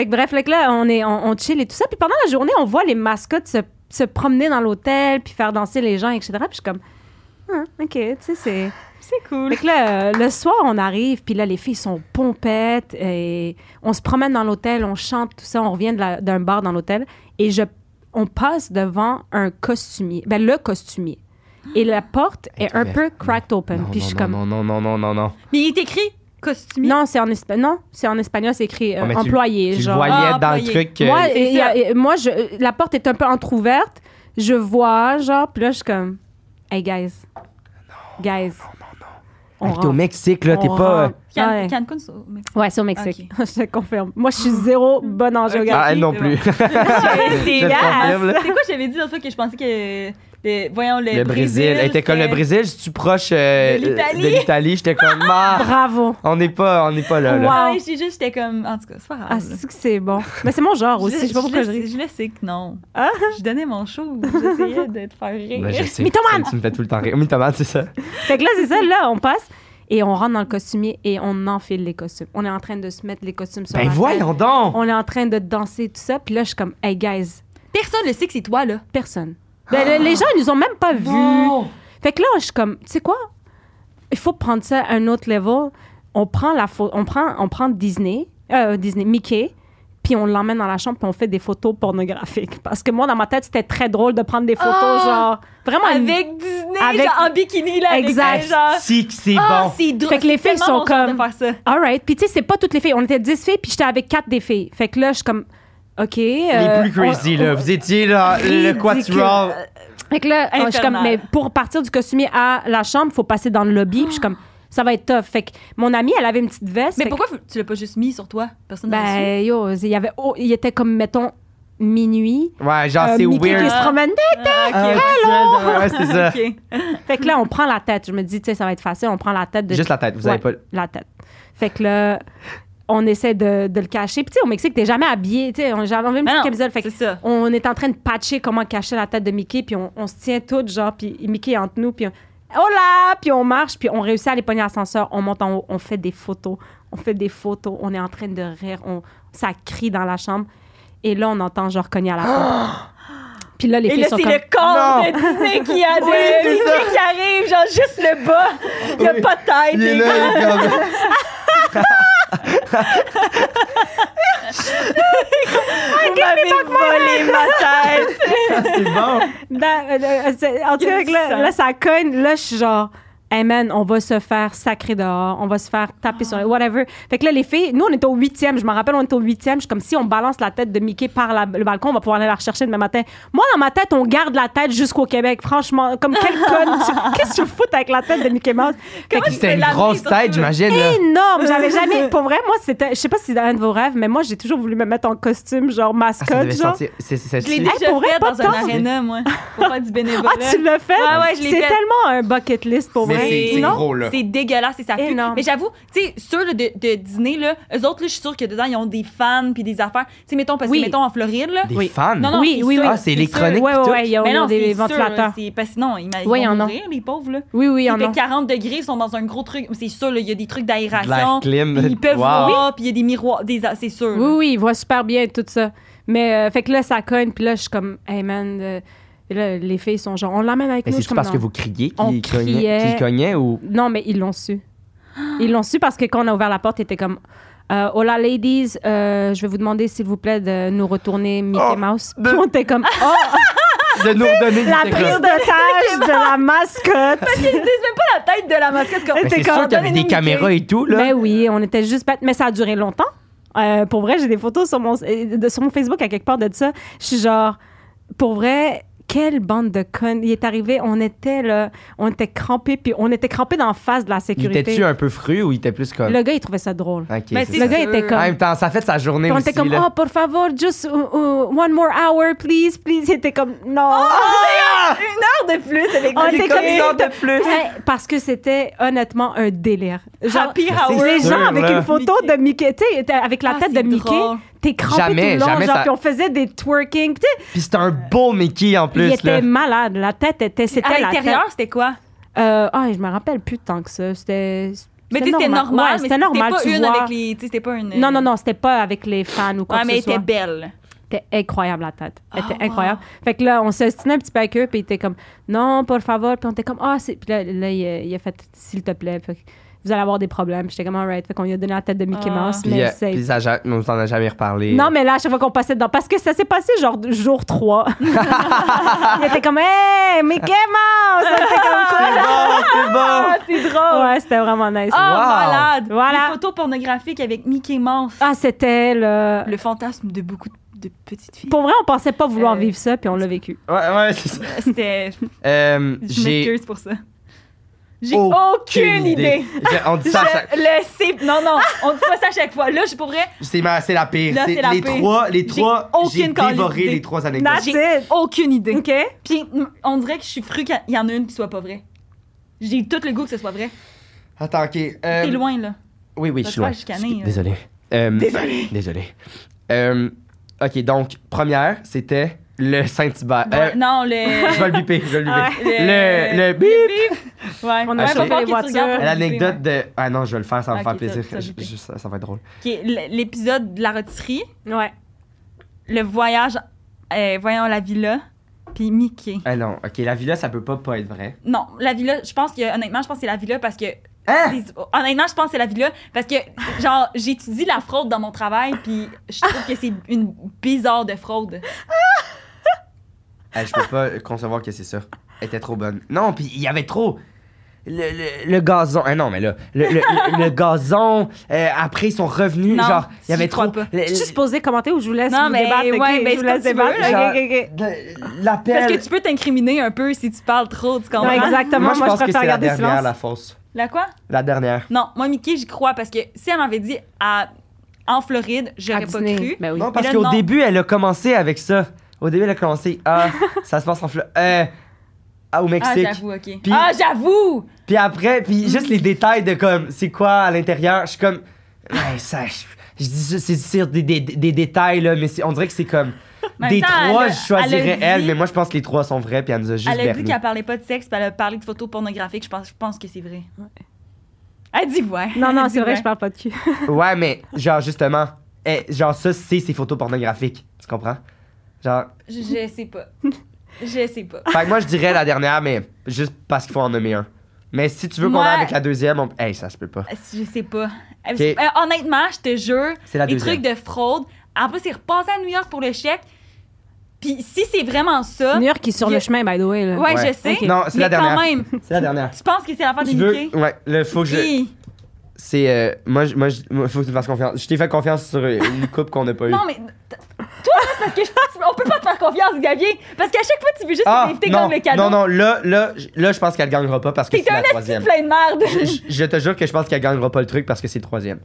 Fait que bref, fait que là, on, est, on, on chill et tout ça. Puis pendant la journée, on voit les mascottes se, se promener dans l'hôtel, puis faire danser les gens, etc. Puis je suis comme, Hum, OK, tu sais, c'est. C'est cool. Fait que là, euh, le soir, on arrive, puis là, les filles sont pompettes, et on se promène dans l'hôtel, on chante, tout ça, on revient de la- d'un bar dans l'hôtel, et je, on passe devant un costumier, ben le costumier. Et la porte est, Est un ouverte. peu cracked open. Non, puis je non, suis non, comme, non, non, non, non, non, non. Mais il est écrit costumier. non, c'est en, espa- non, c'est en espagnol, c'est écrit euh, Oh, mais tu- employé. Tu le genre. voyais Ah, dans le employé. truc. euh, Moi, C'est il y a- ça. et moi je, euh, la porte est un peu entrouverte. Je vois, genre, puis là, je suis comme, hey, guys. guys. On Hey, T'es rentre. au Mexique, là, On t'es pas. euh, rentre. Can- Ouais. Cancun, c'est au Mexique. Ouais, c'est au Mexique. je te confirme. Moi, je suis zéro bonne en géographie. Ah, elle non c'est plus. C'est Je le confirme, là. Ah, C'est quoi j'avais dit l'autre fois que je pensais que le- voyons le, Le Brésil. Elle était comme le c'était- Brésil, je suis proche euh, De l'Italie. de l'Italie. J'étais comme, ah, Bravo. on n'est pas, on n'est pas là. là. Wow. Ah, ouais, j'ai juste j'étais comme en tout cas, c'est pas grave. Ah, là. c'est que c'est bon. Mais c'est mon genre aussi. Je sais pas pourquoi je le- ris. Je le sais que non. Ah? Je donnais mon show. J'essayais de te faire rire. Ben, je sais. Mythomane. Tu me fais tout le temps rire. Mythomane, c'est ça. Fait que là, c'est ça. Là, on passe. et on rentre dans le costumier et on enfile les costumes. On est en train de se mettre les costumes sur Ben la tête. voyons donc! On est en train de danser tout ça. Puis là, je suis comme, hey guys, Personne ne sait que c'est toi, là. personne. Ben, le- les gens, ils nous ont même pas vus. Non! Fait que là, je suis comme, tu sais quoi? Il faut prendre ça à un autre level. On prend, la pho- on prend, on prend Disney, euh, Disney, Mickey, puis on l'emmène dans la chambre, puis on fait des photos pornographiques. Parce que moi, dans ma tête, c'était très drôle de prendre des photos, Ah! genre, vraiment. Avec Disney, Avec- genre en bikini, là. avec Exact. elle, genre. Si que c'est Ah, bon! c'est drôle. Fait que les C'est filles tellement sont mon genre de comme- faire ça. All right. Puis, tu sais, c'est pas toutes les filles. On était 10 filles, puis j'étais avec 4 des filles. Fait que là, je suis comme, OK. Les euh, plus crazy, on- là. Vous étiez, là, le Ridicule. quatuor. Fait que là, je suis comme, Infernal. mais pour partir du costumier à la chambre, faut passer dans le lobby. Puis je suis comme, ça va être tough. Fait que mon amie, elle avait une petite veste. Mais fait que- pourquoi tu l'as pas juste mis sur toi? Personne n'a su. Ben, yo, il y avait, oh, il était comme, mettons, minuit. Ouais, genre, Euh, Ah, c'est Mickey qui weird. se promenait. Ah, ok, Ah, ok. tout seul, Ouais, c'est ça. Ok. Fait que là, on prend la tête. Je me dis, tu sais, ça va être facile. On prend la tête de. Juste la tête, vous avez Ouais, pas. La tête. Fait que là, on essaie de, de le cacher. Puis, tu sais, au Mexique, t'es jamais habillé. Tu sais, on, j'avais une Mais petite Ben Ah, non, camisole. Fait que C'est ça. on est en train de patcher comment cacher la tête de Mickey, puis on, on se tient toutes, genre, puis Mickey est entre nous, puis on... Hola! Puis on marche, puis on réussit à les pogner à l'ascenseur, on monte en haut, on fait des photos, on fait des photos, on est en train de rire, on, ça crie dans la chambre, et là, on entend genre cogner à la porte. Puis là, les Et filles là, sont c'est comme... le corps Non. de Disney qui a Oui, c'est de Mickey qui arrive, genre juste le bas. Il n'y a Oui. pas de tête. Il est et- là, il est comme- Vous m'avez volé ma tête. C'est bon. Dans- euh, euh, c'est- en tout Il y a cas, du là, sang. là, ça cogne. Là, je suis genre, hey man, on va se faire sacrer dehors. On va se faire taper Ah. sur les whatever. Fait que là, les filles, nous, on était au huitième. Je me rappelle, on était au huitième. Je suis comme si on balance la tête de Mickey par la- le balcon, on va pouvoir aller la rechercher demain matin. Moi, dans ma tête, on garde la tête jusqu'au Québec. Franchement, comme quel conne. tu- Qu'est-ce que tu fous avec la tête de Mickey Mouse? Fait que- Comment tu peux C'était une l'amener grosse sur tête, toi? j'imagine, là. énorme. J'avais jamais. Pour vrai, moi, c'était. Je sais pas si c'est un de vos rêves, mais moi, j'ai toujours voulu me mettre en costume, genre Ah, ça mascotte, devait genre. sentir. C'est c'est Je l'ai sexy. déjà pour vrai, fait pas dans de un temps. arena, moi, pour faire du bénévolat. Ah, tu l'as fait? Ouais, ouais, je l'ai C'est fait. tellement un bucket list pour Mais vrai. c'est- c'est Non? gros, là. C'est dégueulasse et ça pue. Énorme. Mais j'avoue, tu sais, ceux là, de, de Disney, là, eux autres, là, je suis sûre que dedans, ils ont des fans puis des affaires. Tu sais, mettons, parce que, Oui. mettons, en Floride, là. Des Oui. fans. Non, non, Oui, c'est oui, sûr, oui. Ah, c'est électronique. Ouais, pis ouais, tout. ouais, ils ont, Mais ils ont non, des c'est sûr, ventilateurs. c'est- Parce que non, ils m'a- ils Oui, vont en ont. mourir, les pauvres, là. Oui, oui, Il en fait ont. 40 degrés, ils sont dans un gros truc. C'est sûr, là, il y a des trucs De l'air d'aération. clim. puis Ils peuvent Wow. voir, puis il y a des miroirs. Des, a- c'est sûr. Oui, oui, ils voient super bien tout ça. Mais euh, fait que là, ça cogne, puis là, je suis comme, hey man, euh, et là, les filles sont genre, on l'emmène avec Mais nous. Je suis c'est-tu comme, parce non. que vous criez On qu'il cognait, criait. qu'il cognait ou. Non, mais ils l'ont su. Ils l'ont su parce que quand on a ouvert la porte, ils étaient comme, euh, hola ladies, euh, je vais vous demander s'il vous plaît de nous retourner Mickey Oh, Mouse. de- Puis on était comme, oh, Ah, De nous redonner la des prise d'otage de la mascotte. Ils disent même pas la tête de la mascotte. Comme... Mais c'est sûr qu'il y avait des Donnez-nous caméras et tout, là. Ben oui, on était juste pas. Mais ça a duré longtemps. Euh, pour vrai, j'ai des photos sur mon, euh, de- sur mon Facebook à quelque part de ça. Je suis genre, pour vrai, quelle bande de connes. Il est arrivé, on était là, on était crampés, puis on était crampés dans la face de la Il sécurité. était-tu Ah, un peu fru ou il était plus comme. Le gars, il trouvait ça drôle. Ok, Ben, c'est c'est Le ça. gars était sûr. comme. En même temps, ça fait de sa journée Puis on aussi, était comme, là. oh, pour favor, just uh, uh, one more hour, please, please. Il était comme, non. Ah! Oh, Ah, Une heure de plus avec On les était filles. comme une heure de plus. Eh, parce que c'était honnêtement un délire. Genre, Happy c'est hour. les sûr, gens avec là. une photo de Mickey, tu sais, t'as- avec la Ah, tête de c'est Mickey, drôle. t'es crampé Jamais, tout le long, jamais genre, ça- puis on faisait des twerking, tu sais, Puis c'est un beau Mickey en il plus, là. était malade, la tête était, c'était À la l'intérieur, tête. c'était quoi? Euh, ah, je me rappelle plus tant que ça, c'était... Mais tu sais, c'était Ouais, normal. mais c'était normal, pas tu une vois. avec les. Tu sais, c'était pas une. Non, non, non, c'était pas avec les fans ou quoi Ouais, que mais elle ce soit. était belle. C'était incroyable la tête. Elle était Oh, wow. incroyable. Fait que là, on s'est ostiné un petit peu avec eux, puis ils étaient comme non, por favor. Puis on était comme ah, c'est. Puis là, là, il, a, il a fait s'il te plaît, fait que vous allez avoir des problèmes. Puis j'étais comme alright. Fait qu'on lui a donné la tête de Mickey Ah. Mouse. Puis, mais euh, c'est- puis ça, ja- on s'en a jamais reparlé. Non, mais là, à chaque fois qu'on passait dedans, parce que ça s'est passé genre jour 3. il était comme hey, Mickey Mouse. On était comme, C'est bon, c'est bon. Ah, c'est drôle. ouais, c'était vraiment nice. Ah, Wow. malade. Voilà. Une photo pornographique avec Mickey Mouse. Ah, c'était le. Le fantasme de beaucoup de petites filles. Pour vrai, on pensait pas vouloir Euh, vivre ça, puis on l'a vécu. Ouais, ouais, c'est ça. C'était. Euh, Je J'ai m'excuse pour ça. J'ai aucune idée. J'ai- On dit Je ça à chaque- le sais. Non, non, on dit pas ça à chaque fois. Là, je pourrais C'est ma- c'est la pire. Là, C'est- c'est la les pire. trois, les J'ai trois, j'ai aucune calice dévoré d'idée. les trois anecdotes. That's J'ai it. aucune idée. OK? Puis mm, on dirait que je suis fru qu'il y en a une qui soit pas vraie. J'ai tout le goût que ce soit vrai. Attends, ok. euh, T'es loin, là. Oui, oui, Ça te je suis loin. fait chicaner, euh. Désolé. Euh, Désolé. Désolé. Euh, ok, donc, première, c'était Le Saint-Hubert. Ouais, Euh, non, le. je vais le biper, je vais le biper. Ah ouais. Le, le bip! bip. Ouais, On a ouais, chopé faut pas que les tu voitures. regardes pour L'anecdote le de. Ah non, je vais le faire, ça va me Ok, faire plaisir. t'as- t'as Je- bipé. je- ça, ça va être drôle. biper. Qui est L'épisode de la rôtisserie, Ouais. le voyage, euh, voyons la villa, puis Mickey. Ah non, ok, la villa, ça peut pas pas être vrai. Non, la villa, je pense que, honnêtement, je pense que c'est la villa parce que. Hein? les- Honnêtement, je pense que c'est la villa parce que, genre, j'étudie la fraude dans mon travail, puis je trouve que c'est une bizarre de fraude. Ah, je peux pas concevoir que c'est ça. Elle était trop bonne. Non, puis il y avait trop. Le, le- le gazon. Ah non, mais là. Le, le- le- le gazon. euh, après, ils sont revenus. Non, genre, il y avait j'y crois trop. pas. Le- Je suis supposée commenter ou je vous laisse Non, vous mais débattre? ok? ouais, ben, je c'est vous comme laisse tu veux, débattre. genre, ok, ok, ok. de- Parce L'appel. que tu peux t'incriminer un peu si tu parles trop, tu comprends? Non, exactement. Moi, je, pense que préfère c'est la garder dernière, silence. la fausse. La quoi? La dernière. Non, moi, Mickey, j'y crois parce que si elle m'avait dit à, en Floride, j'aurais À pas Disney. cru. Ben oui. Non, parce là, qu'au non. début, elle a commencé avec ça. Au début, elle a commencé. Ah, ça se passe en Floride. Euh, ah, au Ah, Mexique. j'avoue, OK. Puis- Ah, j'avoue! Puis après, puis juste les détails de comme, c'est quoi à l'intérieur, je suis comme, ouais, ça, je, je dis ça, c'est c'est des, des, des détails, là, mais c'est- on dirait que c'est comme, Même des temps, trois, elle a- je choisirais elle elle, a dit- mais moi, je pense que les trois sont vrais, puis elle nous a juste Elle a dit berné. qu'elle parlait pas de sexe, puis elle a parlé de photos pornographiques. Je pense, je pense que c'est vrai. Elle dit ouais. Non, Elle non, dit c'est vrai, ouais. je parle pas de cul. Ouais, mais genre, justement, eh, genre, ça, c'est ses photos pornographiques, tu comprends? Genre, Je, je sais pas. Je sais pas. fait que moi, je dirais la dernière, mais juste parce qu'il faut en nommer un. Mais si tu veux qu'on Moi- aille avec la deuxième, on... hey, ça se peut pas. Je sais pas. Euh, Honnêtement, je te jure, C'est la les deuxième. trucs de fraude. En plus, c'est repassé à New York pour le chèque. Puis si c'est vraiment ça. New York Ah. qui est sur Il y a- le chemin, by the way. là. Ouais, Ouais. je sais. Ok. Non, c'est la mais dernière. quand même, C'est la dernière. tu penses que c'est l'affaire de Tu veux? Mickey? Ouais, là, faut que je. Hi. C'est. euh, moi, je- moi, je- moi, faut que tu me fasses confiance. Je t'ai fait confiance sur euh, une coupe qu'on n'a pas eue. Non, mais t- toi, là, c'est parce que je- on peut pas te faire confiance, Xavier. Parce qu'à chaque fois, tu veux juste m'inviter Ah, non, comme le cadeau. non, non, là, là, j- là je pense qu'elle gagnera pas parce que T'es c'est un la esti troisième. plein de merde. Je, je- je te jure que je pense qu'elle gagnera pas le truc parce que c'est le troisième.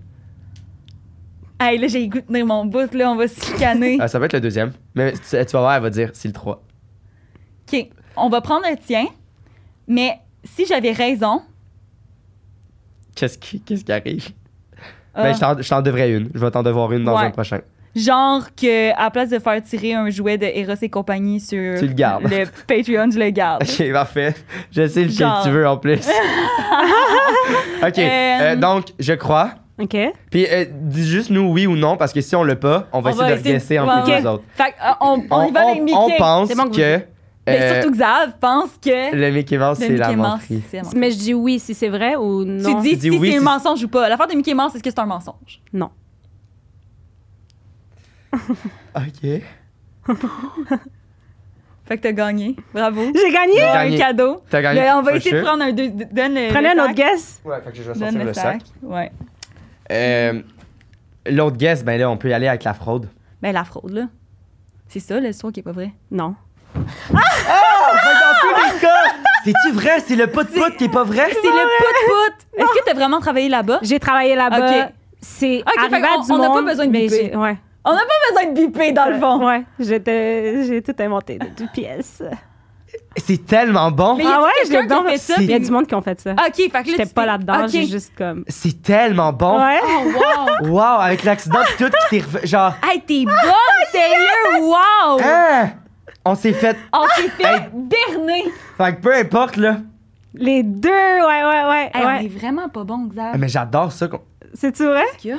hey, là, j'ai le goût de tenir mon bout, là, on va se chicaner. Ah, ça va être le deuxième. Mais tu, tu vas voir, elle va dire c'est le 3. OK, on va prendre le tien. Mais si j'avais raison... Qu'est-ce qui, qu'est-ce qui arrive? euh, Ben, je t'en- je t'en devrais une. Je vais t'en devoir une dans Ouais. un prochain. genre que à place de faire tirer un jouet de Eros et compagnie sur Tu le gardes. le Patreon, je le garde. Ok, parfait. Je sais lequel Genre. tu veux en plus. ok, euh, Euh, donc, je crois. OK. Puis, euh, dis juste nous oui ou non parce que si on l'a pas, on va On essayer va de essayer de- guesser entre ouais, nous ouais. autres. Fait qu'on on, on y va avec Mickey. on pense C'est bon que vous- que. Mais euh, surtout Xav pense que Le Mickey Mouse, le c'est la Mickey Mouse, menterie. c'est la menterie. Mais je dis oui si c'est vrai ou non. Tu dis, Tu dis si oui, c'est un si- mensonge ou pas. L'affaire de Mickey Mouse, est-ce que c'est un mensonge? Ok. Fait que t'as gagné. Bravo. J'ai gagné! J'ai T'as gagné. un cadeau. T'as gagné. Le- on va for essayer de sure. prendre un deux. d- Donne le. Prenez le un sac. autre guess. Ouais, fait que je vais Donne sortir le, le sac. sac. Ouais. Euh, L'autre guess, ben là, on peut y aller avec la fraude. Ben, la fraude, là. C'est ça, l'histoire qui est pas vraie. Non. C'est-tu vrai? C'est le pot de pot qui est pas vrai? C'est le pout-pout. Est-ce que t'as vraiment travaillé là-bas? J'ai travaillé là-bas. Ok. C'est fait arrivé qu'on- à du on n'a pas monde, besoin de mais biper. j'ai- Ouais. On n'a pas besoin de biper, dans le fond. Ouais, j'étais- j'ai tout inventé de toutes pièces. C'est tellement bon. Mais y a-t-il ah ouais, quelqu'un je l'ai qui a donc- fait ça, Il y a puis- du monde qui ont fait ça. OK, fait que là. J'étais tu pas t'es- là-dedans, OK. j'ai juste comme. C'est tellement bon. Ouais. Oh, wow. Wow, avec l'accident pis tout qui t'est reve- Genre, hey, t'es bonne, sérieux. Wow. hein? On s'est fait. On s'est fait Hey. berner. Fait que peu importe, là. Les deux, ouais, ouais, ouais. Hey, On ouais. est vraiment pas bon, Xav. Ah, Mais j'adore ça. qu'on- C'est-tu vrai? Qu'est-ce qu'il y a?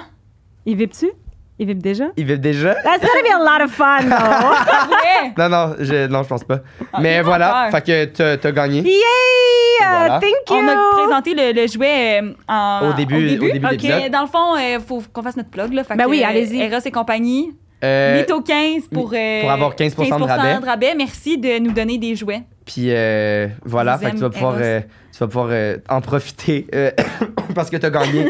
Ils vivent-tu? Ils vivent déjà? Ils vivent déjà? That's gonna be a lot of fun, though. Ouais. Non, non, je, non, je pense pas. Ah, Mais j'ai voilà, peur. fait que t'as- t'as gagné. Yay! Uh, Voilà. Thank you! On a présenté le, le jouet euh, en, Au début- au début de Ok, l'épisode. Dans le fond, il faut qu'on fasse notre plug. Là, Fait Ben que, oui, euh, allez-y. Eros et compagnie. Euh, 8 au 15 pour, euh, pour avoir 15% de rabais. Merci de nous donner des jouets. Puis euh, Je voilà, vous fait que aime, tu vas pouvoir, Eros. euh, tu vas pouvoir euh, en profiter euh, parce que t'as gagné.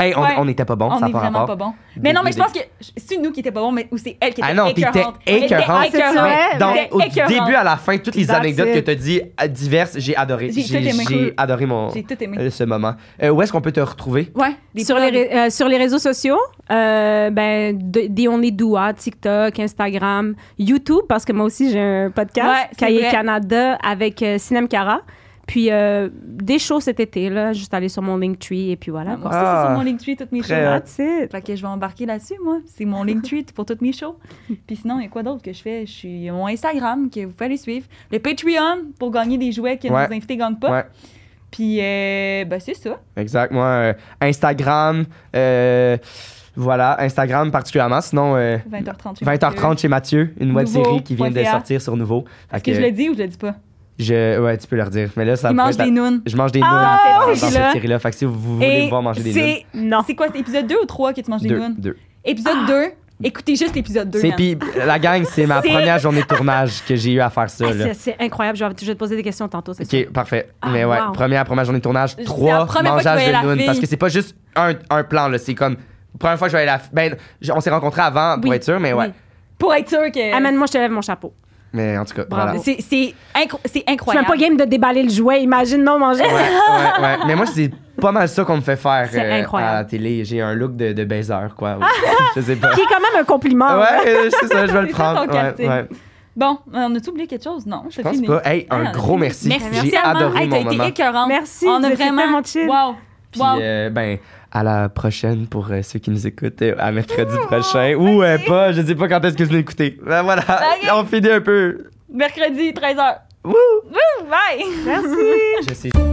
hey, on Ouais. on n'était pas bon, On ça est n'a pas vraiment rapport. pas bon. Mais non, mais je Des- pense que c'est nous qui était pas bon, mais ou c'est elle qui était Ah non, t'étais écœurante. Elle était écœurante. C'est vrai, Donc, T'étais au écœurante. début à la fin, toutes les That's anecdotes it. que t'as dit euh, diverses, j'ai adoré. J'ai tout aimé. j'ai adoré mon, J'ai tout aimé. euh, ce moment. Euh, où est-ce qu'on peut te retrouver? Ouais, des sur, les, plugs. ré- euh, sur les réseaux sociaux, euh, ben, de- The Only Doua, hein, TikTok, Instagram, YouTube, parce que moi aussi j'ai un podcast, Ouais, c'est Cahier vrai. Canada, avec euh, Sinem Cara. Puis euh, des shows cet été, là, juste aller sur mon Linktree et puis voilà. Moi quoi. aussi, c'est sur Ah. mon Linktree, toutes mes shows. Très hot. That's it. hein, Fait que je vais embarquer là-dessus, moi. C'est mon Linktree pour toutes mes shows. Puis sinon, il y a quoi d'autre que je fais? Je suis il y a mon Instagram que vous pouvez aller suivre. Le Patreon pour gagner des jouets que Ouais. nos invités gagnent pas. Ouais. Puis, euh, ben, c'est ça. Exact. Moi, euh, Instagram, euh, voilà, Instagram particulièrement. Sinon, euh, 20h30. 20h30 chez Mathieu, une web Nouveau série qui vient de point PA. sortir sur Nouveau. Fait Est-ce que je le dis ou je le dis pas? je- ouais, tu peux leur dire. Mais là, ça Il pourrait mange être la- des nounes. Je mange des nounes Ah, dans- cette dans cette série-là. série-là. Fait que si vous voulez me voir manger des nounes, c'est, Non. c'est quoi, c'est épisode 2 ou 3 que tu manges des deux, nounes? deux. Épisode 2, écoutez juste l'épisode 2. C'est man. puis la gang, c'est ma C'est- première journée de tournage que j'ai eu à faire ça. Ah, là. c'est- c'est incroyable. Je vais, je vais te poser des questions tantôt, c'est Ok, parfait. Ah, Mais ouais, wow. première, première journée de tournage, C'est la trois première fois que je mangeages voyais la de nounes. fille. Parce que c'est pas juste un, un plan, là. C'est comme. Première fois que je voyais la. fi- Ben, j- on s'est rencontrés avant pour Oui, être sûr, mais sûr. ouais. Oui. Pour être sûr que. Amène-moi, je te lève mon chapeau. Mais en tout cas, Bravo. voilà. c'est, c'est, incro- c'est Je suis même incroyable. pas game de déballer le jouet. Imagine non manger. Ouais, ouais, ouais. Mais moi, c'est pas mal ça qu'on me fait faire C'est euh, incroyable. à la télé. J'ai un look de, de baiser, Ah! quoi. Ouais. je sais pas. Qui est quand même un compliment. hein. Ouais, euh, c'est ça, je vais le C'est ça, prendre. ton ouais, casting. ouais. Bon, on a-tu oublié quelque chose? Non, Je pense pas. Hey, un Ouais, on a gros fini. merci. Merci J'ai tellement. adoré Hey, mon T'as été moment. écœurante. Merci, On vous a étiez vraiment. tellement chill. Wow. Puis, Wow. euh, ben, à la prochaine pour euh, ceux qui nous écoutent, euh, à mercredi Ah! prochain. Ou euh, pas, je sais pas quand est-ce que je vais écouter. Ben voilà, Ok. on finit un peu. Mercredi, 13h. Wouh! Bye. Merci. Je sais.